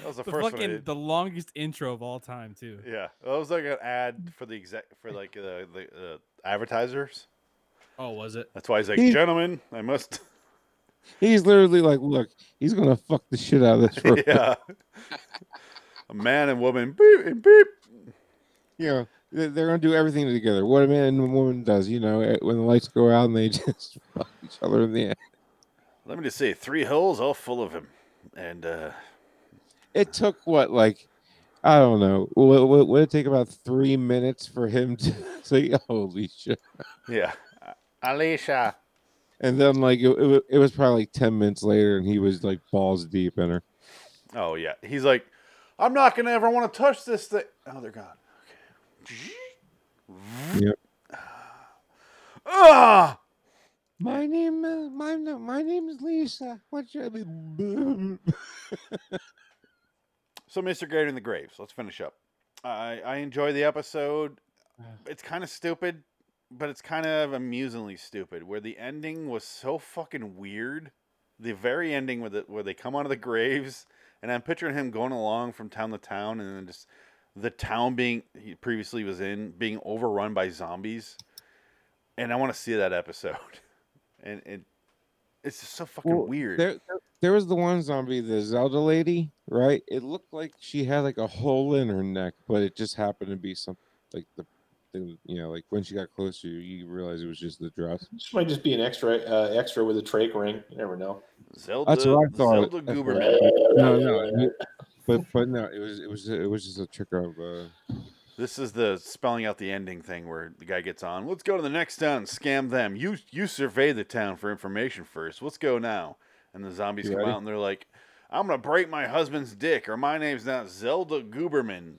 [SPEAKER 2] was the,
[SPEAKER 3] The
[SPEAKER 2] first one. I
[SPEAKER 3] fucking
[SPEAKER 2] did.
[SPEAKER 3] the longest intro of all time too.
[SPEAKER 2] Yeah, that was like an ad for the exec for like the the uh, advertisers.
[SPEAKER 3] Oh, was it?
[SPEAKER 2] That's why he's like,
[SPEAKER 1] He-
[SPEAKER 2] gentlemen, I must.
[SPEAKER 1] He's literally like, look, he's gonna fuck the shit out of this robot.
[SPEAKER 2] yeah, a man and woman, beep and beep.
[SPEAKER 1] you know, they- they're going to do everything together. What a man and a woman does, you know, eh, when the lights go out and they just fuck each other in the ass.
[SPEAKER 2] Let me just say, three holes all full of him, and uh,
[SPEAKER 1] It took what, like, I don't know, would, would, would it take about three minutes for him to say, holy shit?
[SPEAKER 2] yeah, Alicia.
[SPEAKER 1] And then, like, it, it, wa- it was probably like 10 minutes later and he was like balls deep in her.
[SPEAKER 2] Oh yeah, he's like, I'm not gonna ever want to touch this thing. Oh, they're gone. Okay.
[SPEAKER 1] Yep.
[SPEAKER 2] Ah,
[SPEAKER 1] My name, is my no, my name is Lisa. What's your?
[SPEAKER 2] So, Mr. Greater than the Graves, let's finish up. I, I enjoy the episode. It's kind of stupid, but it's kind of amusingly stupid. Where the ending was so fucking weird. The very ending with it, where they come out of the graves, and I'm picturing him going along from town to town, and then just the town being he previously was in being overrun by zombies. And I want to see that episode. And it, it's just so fucking
[SPEAKER 1] Well,
[SPEAKER 2] weird.
[SPEAKER 1] There, there was the one zombie, the Zelda lady, right? It looked like she had like a hole in her neck, but it just happened to be some like the, the you know, like when she got closer, you realize it was just the dress.
[SPEAKER 4] She might just be an extra uh, extra with a trach ring. You never know.
[SPEAKER 2] Zelda,
[SPEAKER 1] That's what I thought.
[SPEAKER 2] Zelda
[SPEAKER 1] That's what I
[SPEAKER 2] Gooberman.
[SPEAKER 1] thought. No, no, it- but but no, it was it was it was just a trick of. Uh,
[SPEAKER 2] This is the spelling out the ending thing where the guy gets on. Let's go to the next town and scam them. You you survey the town for information first. Let's go now. And the zombies
[SPEAKER 1] You
[SPEAKER 2] come
[SPEAKER 1] ready?
[SPEAKER 2] out and they're like, I'm gonna break my husband's dick, or my name's not Zelda Gooberman.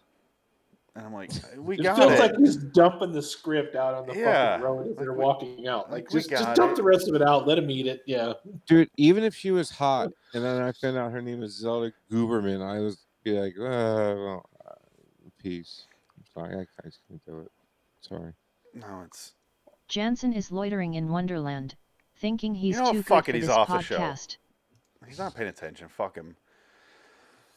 [SPEAKER 2] And I'm like, "Uh, we
[SPEAKER 4] It
[SPEAKER 2] got
[SPEAKER 4] feels
[SPEAKER 2] it.
[SPEAKER 4] like he's dumping the script out on the
[SPEAKER 2] Yeah.
[SPEAKER 4] fucking road as they're walking out. Like,
[SPEAKER 2] like, we
[SPEAKER 4] just, just
[SPEAKER 2] got
[SPEAKER 4] dump
[SPEAKER 2] it.
[SPEAKER 4] the rest of it out. Let him eat it. Yeah.
[SPEAKER 1] dude, even if she was hot, and then I found out her name is Zelda Gooberman, I was be like, uh, well, uh, peace. I'm sorry, I, I just can't do it. Sorry.
[SPEAKER 2] no, it's
[SPEAKER 12] Jansen is loitering in Wonderland, thinking he's
[SPEAKER 2] You know,
[SPEAKER 12] too
[SPEAKER 2] fuck
[SPEAKER 12] good for
[SPEAKER 2] it, he's
[SPEAKER 12] this
[SPEAKER 2] off the show.
[SPEAKER 12] podcast.
[SPEAKER 2] he's not paying attention. Fuck him.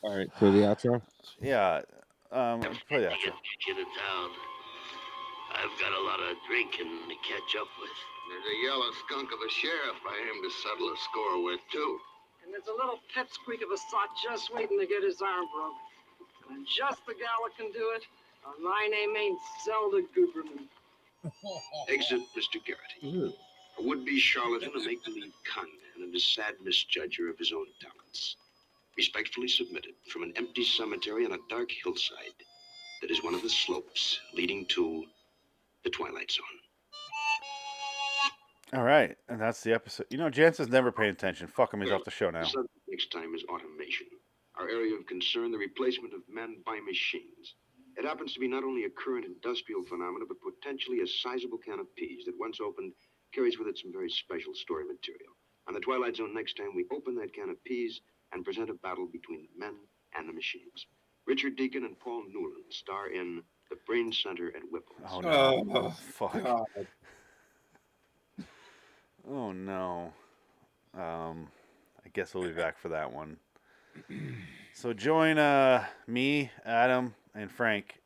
[SPEAKER 1] All right, for the outro.
[SPEAKER 2] Yeah. Um play that. shit.
[SPEAKER 10] get it down. I've got a lot of drinking to catch up with. There's a yellow skunk of a sheriff I aim to settle a score with, too.
[SPEAKER 14] And there's a little pet squeak of a sot just waiting to get his arm broken. And just the gal that can do it. uh, My name ain't Zelda Gooberman.
[SPEAKER 10] Exit Mr. Garrity. A would-be charlatan, a make-believe con man, and a sad misjudger of his own talents. Respectfully submitted from an empty cemetery on a dark hillside that is one of the slopes leading to the Twilight Zone.
[SPEAKER 2] All right, and that's the episode. You know, Jansen's never paying attention. Fuck him, he's off the show now.
[SPEAKER 10] The subject next time is automation. Our area of concern, the replacement of men by machines. It happens to be not only a current industrial phenomenon, but potentially a sizable can of peas that once opened carries with it some very special story material. On the Twilight Zone next time, we open that can of peas and present a battle between the men and the machines. Richard Deacon and Paul Newland star in The Brain Center at Whipple's.
[SPEAKER 2] Oh no! fuck! Oh no! Um, I guess we'll be back for that one. So join uh me, Adam, and Frank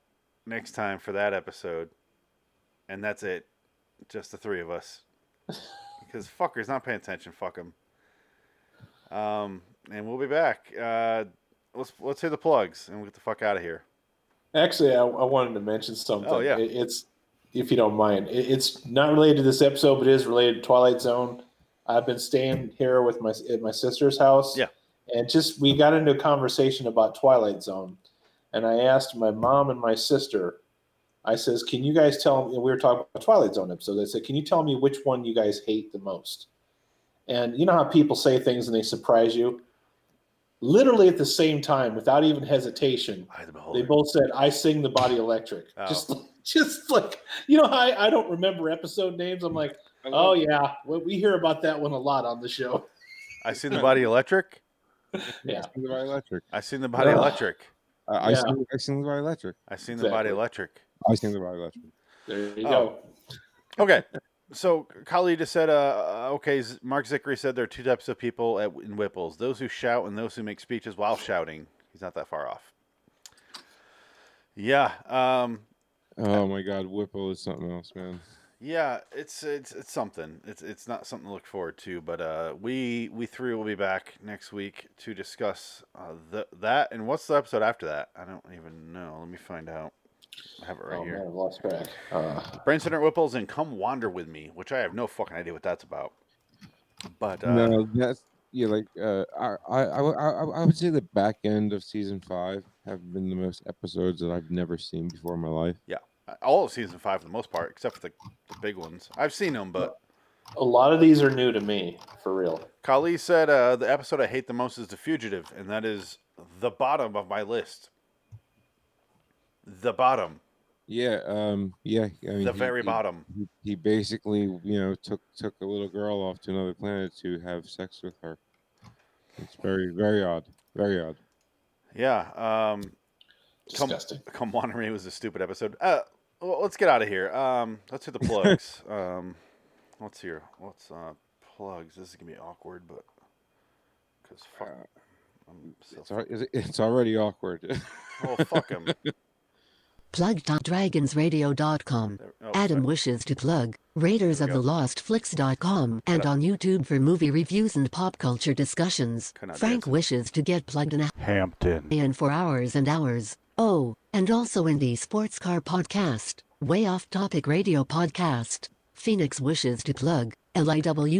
[SPEAKER 2] next time for that episode, and that's it. Just the three of us, because fucker's not paying attention. Fuck him. Um, and we'll be back. Uh, let's let's hear the plugs and we'll get the fuck out of here.
[SPEAKER 4] Actually, I, I wanted to mention something.
[SPEAKER 2] Oh, yeah.
[SPEAKER 4] It- it's if you don't mind, it, it's not related to this episode, but it is related to Twilight Zone. I've been staying here with my at my sister's house.
[SPEAKER 2] Yeah.
[SPEAKER 4] and just we got into a conversation about Twilight Zone, and I asked my mom and my sister. I says, "Can you guys tell me?" We were talking about Twilight Zone episodes. I said, "Can you tell me which one you guys hate the most?" And you know how people say things and they surprise you. Literally at the same time, without even hesitation, they both said, "I sing the Body Electric."
[SPEAKER 2] Oh.
[SPEAKER 4] Just, just like you know, how I I don't remember episode names. I'm like, "Oh yeah, we we hear about that one a lot on the show."
[SPEAKER 2] I seen the body electric.
[SPEAKER 4] Yeah.
[SPEAKER 1] The Body Electric.
[SPEAKER 2] I seen the body
[SPEAKER 1] Yeah.
[SPEAKER 2] electric.
[SPEAKER 1] I, I,
[SPEAKER 4] Yeah.
[SPEAKER 1] sing, I sing the Body Electric.
[SPEAKER 2] I seen the body
[SPEAKER 4] Exactly.
[SPEAKER 2] electric.
[SPEAKER 1] I sing the Body Electric.
[SPEAKER 4] There you
[SPEAKER 2] Oh. Okay. So Kali just said, uh, okay, Z- Mark Zickery said there are two types of people at, in Whipples those who shout and those who make speeches while shouting. He's not that far off. Yeah. Um,
[SPEAKER 1] Oh my God, Whipple is something else, man.
[SPEAKER 2] Yeah, it's it's it's something. It's it's not something to look forward to, but uh, we we three will be back next week to discuss uh, the, that and what's the episode after that. I don't even know. Let me find out. I have it right
[SPEAKER 4] Oh,
[SPEAKER 2] here.
[SPEAKER 4] man, I've lost track. Uh,
[SPEAKER 2] Brain Center at Whipples and come wander with me, which I have no fucking idea what that's about. But uh,
[SPEAKER 1] No, that's yeah. Like, uh, I, I, I, would- I, I would say the back end of season five have been the most episodes that I've never seen before in my life.
[SPEAKER 2] yeah, all of season five for the most part, except for the, the big ones. I've seen them, but
[SPEAKER 4] a lot of these are new to me, for real.
[SPEAKER 2] Kali said uh, the episode I hate the most is The Fugitive, and that is the bottom of my list. The bottom.
[SPEAKER 1] Yeah, um, yeah. I mean,
[SPEAKER 2] The very bottom.
[SPEAKER 1] He, he basically, you know, took took a little girl off to another planet to have sex with her. It's very, very odd. Very odd.
[SPEAKER 2] Yeah. Um, Disgusting. Come, come Monterey was a stupid episode. Uh, well, let's get out of here. Um, let's hit the plugs. um, let's hear. What's uh plugs? This is gonna be awkward, but because fuck, I'm so,
[SPEAKER 1] It's, al- is it- it's already awkward.
[SPEAKER 2] oh fuck him.
[SPEAKER 15] Plugged on dragonsradio.com.
[SPEAKER 2] oh,
[SPEAKER 15] Adam
[SPEAKER 2] sorry.
[SPEAKER 15] wishes to plug Raiders of the Lost Flicks.com and on YouTube for movie reviews and pop culture discussions.
[SPEAKER 2] Cannot
[SPEAKER 15] Frank wishes to get plugged in
[SPEAKER 2] Hampton
[SPEAKER 15] in for hours and hours. Oh, and also in the Sports Car Podcast, Way Off Topic Radio Podcast. Phoenix wishes to plug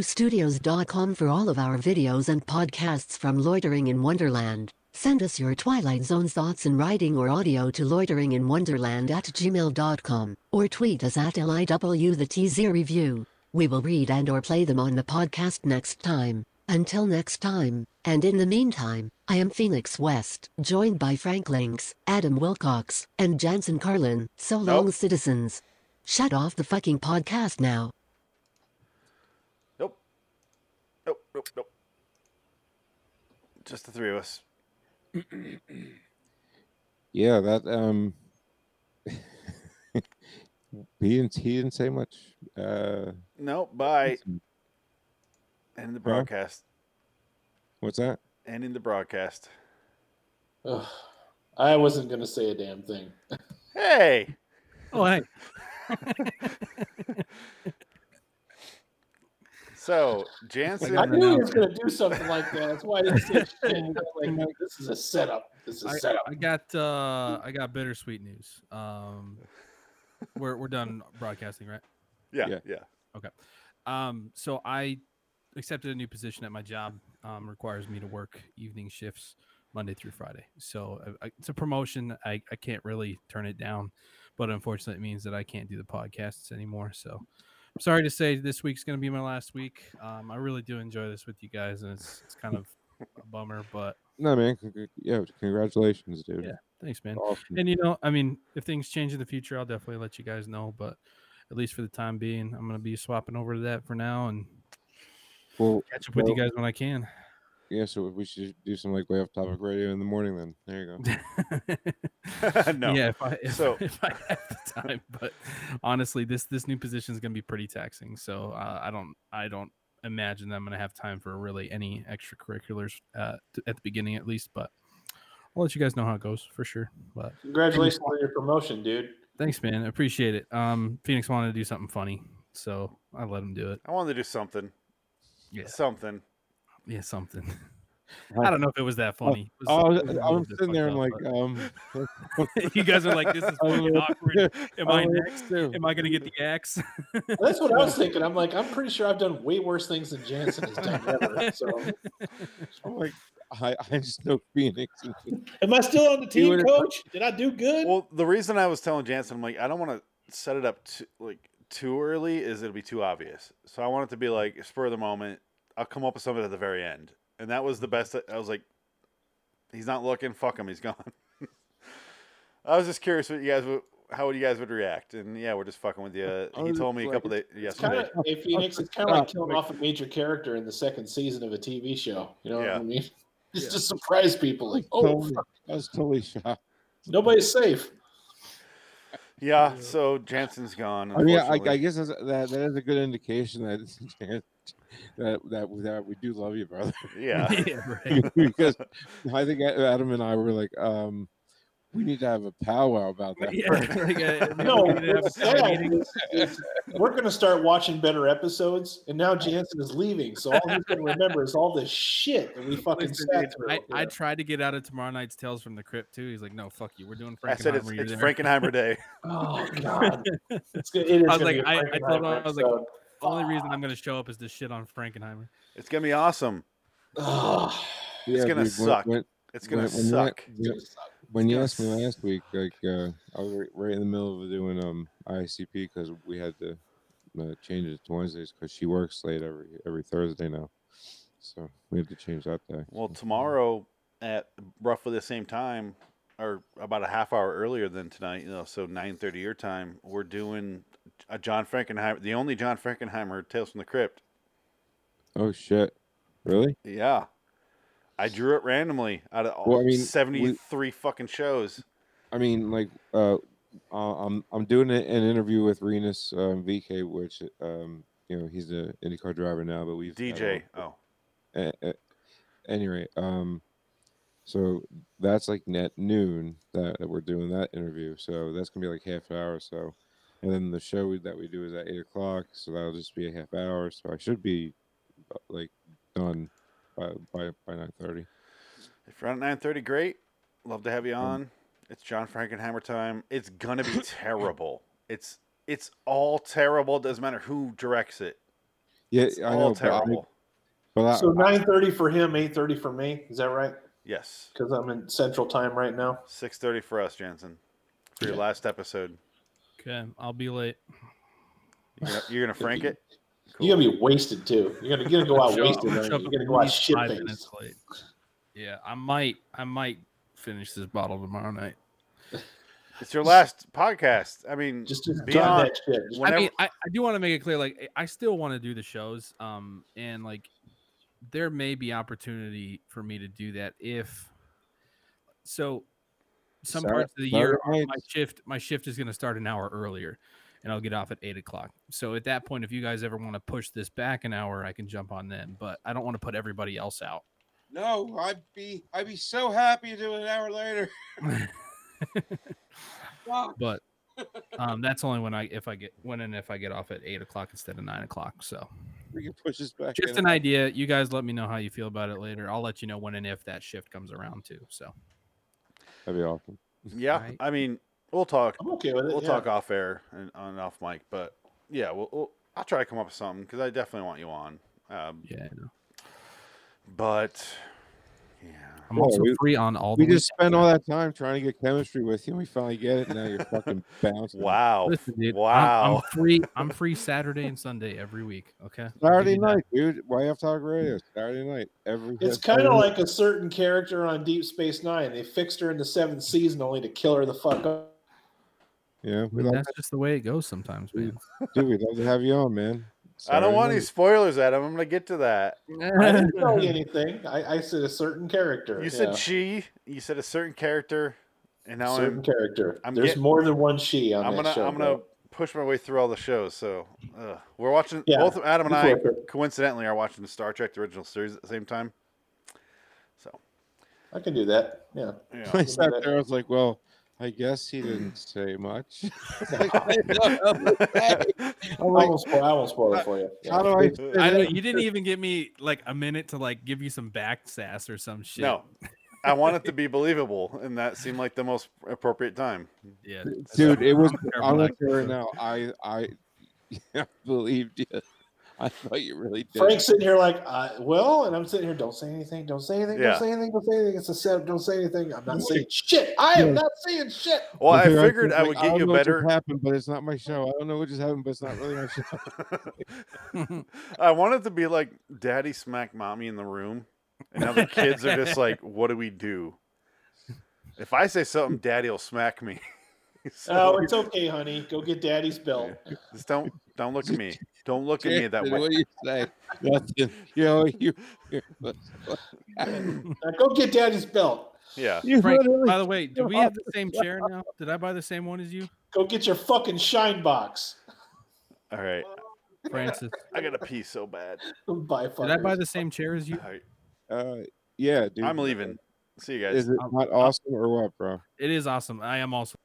[SPEAKER 15] liwstudios.com for all of our videos and podcasts from Loitering in Wonderland. Send us your Twilight Zone thoughts in writing or audio to loiteringinwonderland at gmail.com or tweet us at liw the TZ review. We will read and or play them on the podcast next time. Until next time, and in the meantime, I am Phoenix West, joined by Frank Links, Adam Wilcox, and Jansen Carlin. So long, citizens. Shut off the fucking podcast now.
[SPEAKER 2] Nope, nope, nope. Just the three of us.
[SPEAKER 1] Yeah, that um he didn't he didn't say much. Uh
[SPEAKER 2] No, bye. End the broadcast.
[SPEAKER 1] what's that?
[SPEAKER 2] Ending the broadcast.
[SPEAKER 4] Ugh, I wasn't going to say a damn thing.
[SPEAKER 2] Hey.
[SPEAKER 3] Oh, hey.
[SPEAKER 2] So Jansen,
[SPEAKER 4] I knew he was going to do something like that. That's why I didn't say shit. Like, this is a setup. This is a
[SPEAKER 3] I,
[SPEAKER 4] setup.
[SPEAKER 3] I got uh I got bittersweet news. Um we're we're done broadcasting, right?
[SPEAKER 2] Yeah, Yeah. yeah.
[SPEAKER 3] Okay. Um so I accepted a new position at my job. Um requires me to work evening shifts Monday through Friday. So uh, I, I- it's a promotion. I, I can't really turn it down, but unfortunately it means that I can't do the podcasts anymore. So I'm sorry to say this week's going to be my last week. Um, I really do enjoy this with you guys, and it's it's kind of a bummer, but
[SPEAKER 1] No man, congr- yeah, congratulations, dude.
[SPEAKER 3] yeah, thanks, man.
[SPEAKER 1] Awesome.
[SPEAKER 3] And you know, I mean, if things change in the future, I'll definitely let you guys know. But at least for the time being, I'm gonna be swapping over to that for now and
[SPEAKER 1] Well,
[SPEAKER 3] catch up with you
[SPEAKER 1] well,
[SPEAKER 3] guys when I can.
[SPEAKER 1] Yeah, so we should do some like way off topic radio in the morning then. There you go.
[SPEAKER 2] no.
[SPEAKER 3] Yeah, if I if,
[SPEAKER 2] So-
[SPEAKER 3] if I have the time. But honestly, this this new position is gonna be pretty taxing. So uh, I don't I don't imagine that I'm gonna have time for really any extracurriculars uh, t- at the beginning at least. But I'll let you guys know how it goes for sure. But
[SPEAKER 4] Congratulations on your promotion, dude.
[SPEAKER 3] Thanks, man. I Appreciate it. Um, Phoenix wanted to do something funny, so I let him do it.
[SPEAKER 2] I wanted to do something.
[SPEAKER 3] Yeah.
[SPEAKER 2] Something.
[SPEAKER 3] Yeah, something. I don't know if it was that funny. It was-
[SPEAKER 1] Oh, I,
[SPEAKER 3] it was a
[SPEAKER 1] I,
[SPEAKER 3] little
[SPEAKER 1] am
[SPEAKER 3] bit
[SPEAKER 1] sitting there and like,
[SPEAKER 3] fucked
[SPEAKER 1] um,
[SPEAKER 3] you guys are like, this is
[SPEAKER 1] I was
[SPEAKER 3] fucking
[SPEAKER 1] like,
[SPEAKER 3] awkward. Am
[SPEAKER 1] was
[SPEAKER 3] I
[SPEAKER 1] like,
[SPEAKER 3] next? Am I gonna get the axe?
[SPEAKER 4] That's what I was thinking. I'm like, I'm pretty sure I've done way worse things than Jansen has done ever. So
[SPEAKER 1] I'm like, I, I just know Phoenix.
[SPEAKER 8] Am I still on the
[SPEAKER 1] You
[SPEAKER 8] team,
[SPEAKER 1] would've-
[SPEAKER 8] coach? Did I do good?
[SPEAKER 2] Well, the reason I was telling Jansen, I'm like, I don't want to set it up too, like too early, is it'll be too obvious. So I want it to be like spur of the moment. I'll come up with something at the very end, and that was the best. I was like, he's not looking. Fuck him. He's gone. I was just curious what you guys would, how you guys would react, and yeah, we're just fucking with you.
[SPEAKER 4] I
[SPEAKER 2] He
[SPEAKER 4] was
[SPEAKER 2] told me a
[SPEAKER 4] like-
[SPEAKER 2] couple days
[SPEAKER 4] it's kind
[SPEAKER 2] yesterday.
[SPEAKER 4] of hey, Phoenix. It's kind of like killing off a major character in the second season of a TV show. You know what I mean? Just to surprise people, like, oh,
[SPEAKER 1] Totally.
[SPEAKER 4] fuck,
[SPEAKER 1] I was totally shocked.
[SPEAKER 4] nobody's safe.
[SPEAKER 2] Yeah, so Jansen's gone.
[SPEAKER 1] I mean, I,
[SPEAKER 2] unfortunately.
[SPEAKER 1] I guess that's, that that is a good indication that that that that we do love you, brother.
[SPEAKER 2] Yeah.
[SPEAKER 3] Yeah, right.
[SPEAKER 1] because I think Adam and I were like, um, we need to have a powwow about that.
[SPEAKER 3] Yeah, like, uh, maybe
[SPEAKER 4] No,
[SPEAKER 3] we need to have a
[SPEAKER 4] what's
[SPEAKER 3] town
[SPEAKER 4] sad
[SPEAKER 3] meeting.
[SPEAKER 4] is- is we're going to start watching better episodes, and now Jansen is leaving, so all he's going to remember is all this shit that we fucking
[SPEAKER 3] Listen,
[SPEAKER 4] sat
[SPEAKER 3] dude,
[SPEAKER 4] through.
[SPEAKER 3] I, I tried to get out of tomorrow night's Tales from the Crypt too. He's like, "No, fuck you. We're doing." Frankenheimer.
[SPEAKER 2] I said it's,
[SPEAKER 3] You're
[SPEAKER 2] it's
[SPEAKER 3] there."
[SPEAKER 2] Frankenheimer Day.
[SPEAKER 4] Oh God, it's good. It is
[SPEAKER 3] I was
[SPEAKER 4] gonna
[SPEAKER 3] like,
[SPEAKER 4] be a
[SPEAKER 3] I, I told him, I was like,
[SPEAKER 4] Frankenheimer
[SPEAKER 3] the only reason I'm gonna show up is to shit on Frankenheimer.
[SPEAKER 2] It's gonna be awesome.
[SPEAKER 1] Yeah,
[SPEAKER 2] it's gonna
[SPEAKER 1] dude, when-
[SPEAKER 2] suck.
[SPEAKER 1] when-
[SPEAKER 2] it's gonna
[SPEAKER 1] when- when you-
[SPEAKER 2] suck.
[SPEAKER 1] when- When you asked me last week, like uh, I was right- right in the middle of doing um ICP because we had to uh, change it to Wednesdays because she works late every every Thursday now, so we have to change that day.
[SPEAKER 2] Well, tomorrow at roughly the same time, or about a half hour earlier than tonight. You know, so nine thirty your time. We're doing a John Frankenheimer, the only John Frankenheimer Tales from the Crypt.
[SPEAKER 1] Oh shit! Really?
[SPEAKER 2] Yeah, I drew it randomly out of all
[SPEAKER 1] Well, I mean, we-
[SPEAKER 2] seventy three fucking shows.
[SPEAKER 1] I mean, like, uh, uh, I'm I'm doing a- an interview with Renus um, VK, which um, you know he's an IndyCar driver now, but we've had
[SPEAKER 2] DJ,
[SPEAKER 1] him
[SPEAKER 2] oh,
[SPEAKER 1] on- a- a- anyway, um, so that's like at noon that, that we're doing that interview. So that's gonna be like half an hour or so, and then the show we- that we do is at eight o'clock. So that'll just be a half hour. So I should be uh, like done by by by nine thirty.
[SPEAKER 2] if you're on at nine thirty, great. Love to have
[SPEAKER 1] Mm-hmm.
[SPEAKER 2] you on. It's John Frankenheimer time. It's gonna be terrible. It's it's all terrible. It doesn't matter who directs it.
[SPEAKER 1] Yeah,
[SPEAKER 2] It's
[SPEAKER 1] I
[SPEAKER 2] all
[SPEAKER 1] know. but I-
[SPEAKER 2] terrible.
[SPEAKER 1] But I,
[SPEAKER 4] So nine thirty for him, eight thirty for me. Is that right?
[SPEAKER 2] Yes.
[SPEAKER 4] Because I'm in Central Time right now.
[SPEAKER 2] Six thirty for us, Jansen, for your last episode.
[SPEAKER 3] Okay, I'll be late.
[SPEAKER 2] You're gonna, you're gonna frank it.
[SPEAKER 4] You're gonna be wasted too. You're gonna, you're gonna go out
[SPEAKER 3] Show-
[SPEAKER 4] wasted.
[SPEAKER 3] show
[SPEAKER 4] aren't you?
[SPEAKER 3] up
[SPEAKER 4] You're gonna
[SPEAKER 3] at
[SPEAKER 4] go out
[SPEAKER 3] least
[SPEAKER 4] shit
[SPEAKER 3] five
[SPEAKER 4] faced.
[SPEAKER 3] minutes late. Yeah, I might. I might finish this bottle tomorrow night.
[SPEAKER 2] It's your last podcast. I mean, just, be on. Whenever,
[SPEAKER 3] I mean, I, I do want to make it clear, like I I still want to do the shows, um, and like there may be opportunity for me to do that if so. Some
[SPEAKER 1] Saturday-
[SPEAKER 3] parts of the year,
[SPEAKER 1] Saturday
[SPEAKER 3] my shift my shift is going to start an hour earlier, and I'll get off at eight o'clock. So at that point, if you guys ever want to push this back an hour, I can jump on then. But I don't want to put everybody else out.
[SPEAKER 1] No, I'd be I'd be so happy to do it an hour later. Fuck.
[SPEAKER 3] But um, that's only when I if I get when and if I get off at eight o'clock instead of nine o'clock. So.
[SPEAKER 1] we can push this back.
[SPEAKER 3] just
[SPEAKER 1] in.
[SPEAKER 3] an idea. You guys let me know how you feel about it later. I'll let you know when and if that shift comes around too. So
[SPEAKER 1] That'd be awesome.
[SPEAKER 2] yeah, I mean, we'll talk.
[SPEAKER 4] I'm okay with it,
[SPEAKER 2] We'll
[SPEAKER 4] yeah.
[SPEAKER 2] talk off air and on and off mic, but yeah, we'll, we'll I'll try to come up with something because I definitely want you on. Um,
[SPEAKER 3] yeah,
[SPEAKER 2] but
[SPEAKER 3] I'm
[SPEAKER 1] Well,
[SPEAKER 3] also
[SPEAKER 1] we-
[SPEAKER 3] free on all
[SPEAKER 1] We
[SPEAKER 3] the
[SPEAKER 1] just spent all that time trying to get chemistry with you, and we finally get it. and Now you're fucking bouncing.
[SPEAKER 2] Wow!
[SPEAKER 3] Listen, dude, I'm- I'm,
[SPEAKER 2] wow!
[SPEAKER 3] free. I'm free Saturday and Sunday every week. Okay.
[SPEAKER 1] Saturday night, dude. Why off talk radio? Saturday night. Every.
[SPEAKER 4] It's
[SPEAKER 1] Saturday
[SPEAKER 4] kind of
[SPEAKER 1] night.
[SPEAKER 4] like a certain character on Deep Space Nine. They fixed her in the seventh season only to kill her the fuck up.
[SPEAKER 1] Yeah,
[SPEAKER 3] we that's just the way it goes sometimes, man.
[SPEAKER 1] dude. We'd love to have you on, man.
[SPEAKER 2] I don't
[SPEAKER 1] Saturday
[SPEAKER 2] want
[SPEAKER 1] night.
[SPEAKER 2] any spoilers, Adam. I'm gonna get to that.
[SPEAKER 4] I didn't tell you anything. I, I said a certain character.
[SPEAKER 2] You said
[SPEAKER 4] yeah.
[SPEAKER 2] she. You said a certain character, and now
[SPEAKER 4] certain
[SPEAKER 2] I'm
[SPEAKER 4] character.
[SPEAKER 2] I'm
[SPEAKER 4] There's
[SPEAKER 2] get-
[SPEAKER 4] more than one she on
[SPEAKER 2] I'm
[SPEAKER 4] that
[SPEAKER 2] gonna
[SPEAKER 4] show.
[SPEAKER 2] I'm gonna
[SPEAKER 4] bro.
[SPEAKER 2] push my way through all the shows. So uh, we're watching
[SPEAKER 4] Yeah,
[SPEAKER 2] both Adam and
[SPEAKER 4] you
[SPEAKER 2] I
[SPEAKER 4] work it.
[SPEAKER 2] coincidentally are watching the Star Trek the original series at the same time. So
[SPEAKER 4] I can do that. Yeah.
[SPEAKER 2] Yeah.
[SPEAKER 1] I sat there. I was like, well. I guess he didn't say much. Like, I don't know.
[SPEAKER 4] I won't spoil, I won't spoil it for you.
[SPEAKER 1] How do I? fit
[SPEAKER 3] I don't,
[SPEAKER 1] in?
[SPEAKER 3] you didn't even give me like a minute to like give you some back sass or some shit.
[SPEAKER 2] no, I want it to be believable, and that seemed like the most appropriate time.
[SPEAKER 3] Yeah,
[SPEAKER 1] dude it was
[SPEAKER 3] I'm terrible
[SPEAKER 1] i'm
[SPEAKER 3] at
[SPEAKER 1] gonna
[SPEAKER 3] it.
[SPEAKER 1] tell you right now i i I believed you i thought you really did
[SPEAKER 4] Frank's sitting here like, I, well, and I'm sitting here, don't say anything, don't say anything,
[SPEAKER 1] Yeah.
[SPEAKER 4] don't say anything, don't say anything. It's a setup, don't say anything. I'm not saying shit. I am not saying shit.
[SPEAKER 2] Well, I
[SPEAKER 1] Because
[SPEAKER 2] figured
[SPEAKER 1] was
[SPEAKER 2] I
[SPEAKER 1] like,
[SPEAKER 2] would get
[SPEAKER 1] don't
[SPEAKER 2] you
[SPEAKER 1] know what just
[SPEAKER 2] better.
[SPEAKER 1] happened but it's not my show i don't know what just happened but it's not really my show
[SPEAKER 2] I wanted to be like Daddy smack mommy in the room, and now the kids are just like, "What do we do?" If I say something, Daddy will smack me. So-
[SPEAKER 4] Oh, it's okay, honey. Go get daddy's belt.
[SPEAKER 2] Just don't don't look at me. Don't look at me that
[SPEAKER 1] Jason,
[SPEAKER 2] way.
[SPEAKER 1] what do you say nothing you know you
[SPEAKER 4] Now go get daddy's belt.
[SPEAKER 2] Yeah.
[SPEAKER 3] Frank, by the way, do we have the same chair now? Did I buy the same one as you,
[SPEAKER 4] Go get your fucking shine box.
[SPEAKER 2] All right.
[SPEAKER 3] Francis?
[SPEAKER 2] I gotta pee so bad.
[SPEAKER 4] Bye,
[SPEAKER 3] Did I buy the same chair as you?
[SPEAKER 1] uh yeah dude
[SPEAKER 2] I'm leaving. See you guys.
[SPEAKER 1] is it not awesome or what bro
[SPEAKER 3] It is awesome. I am also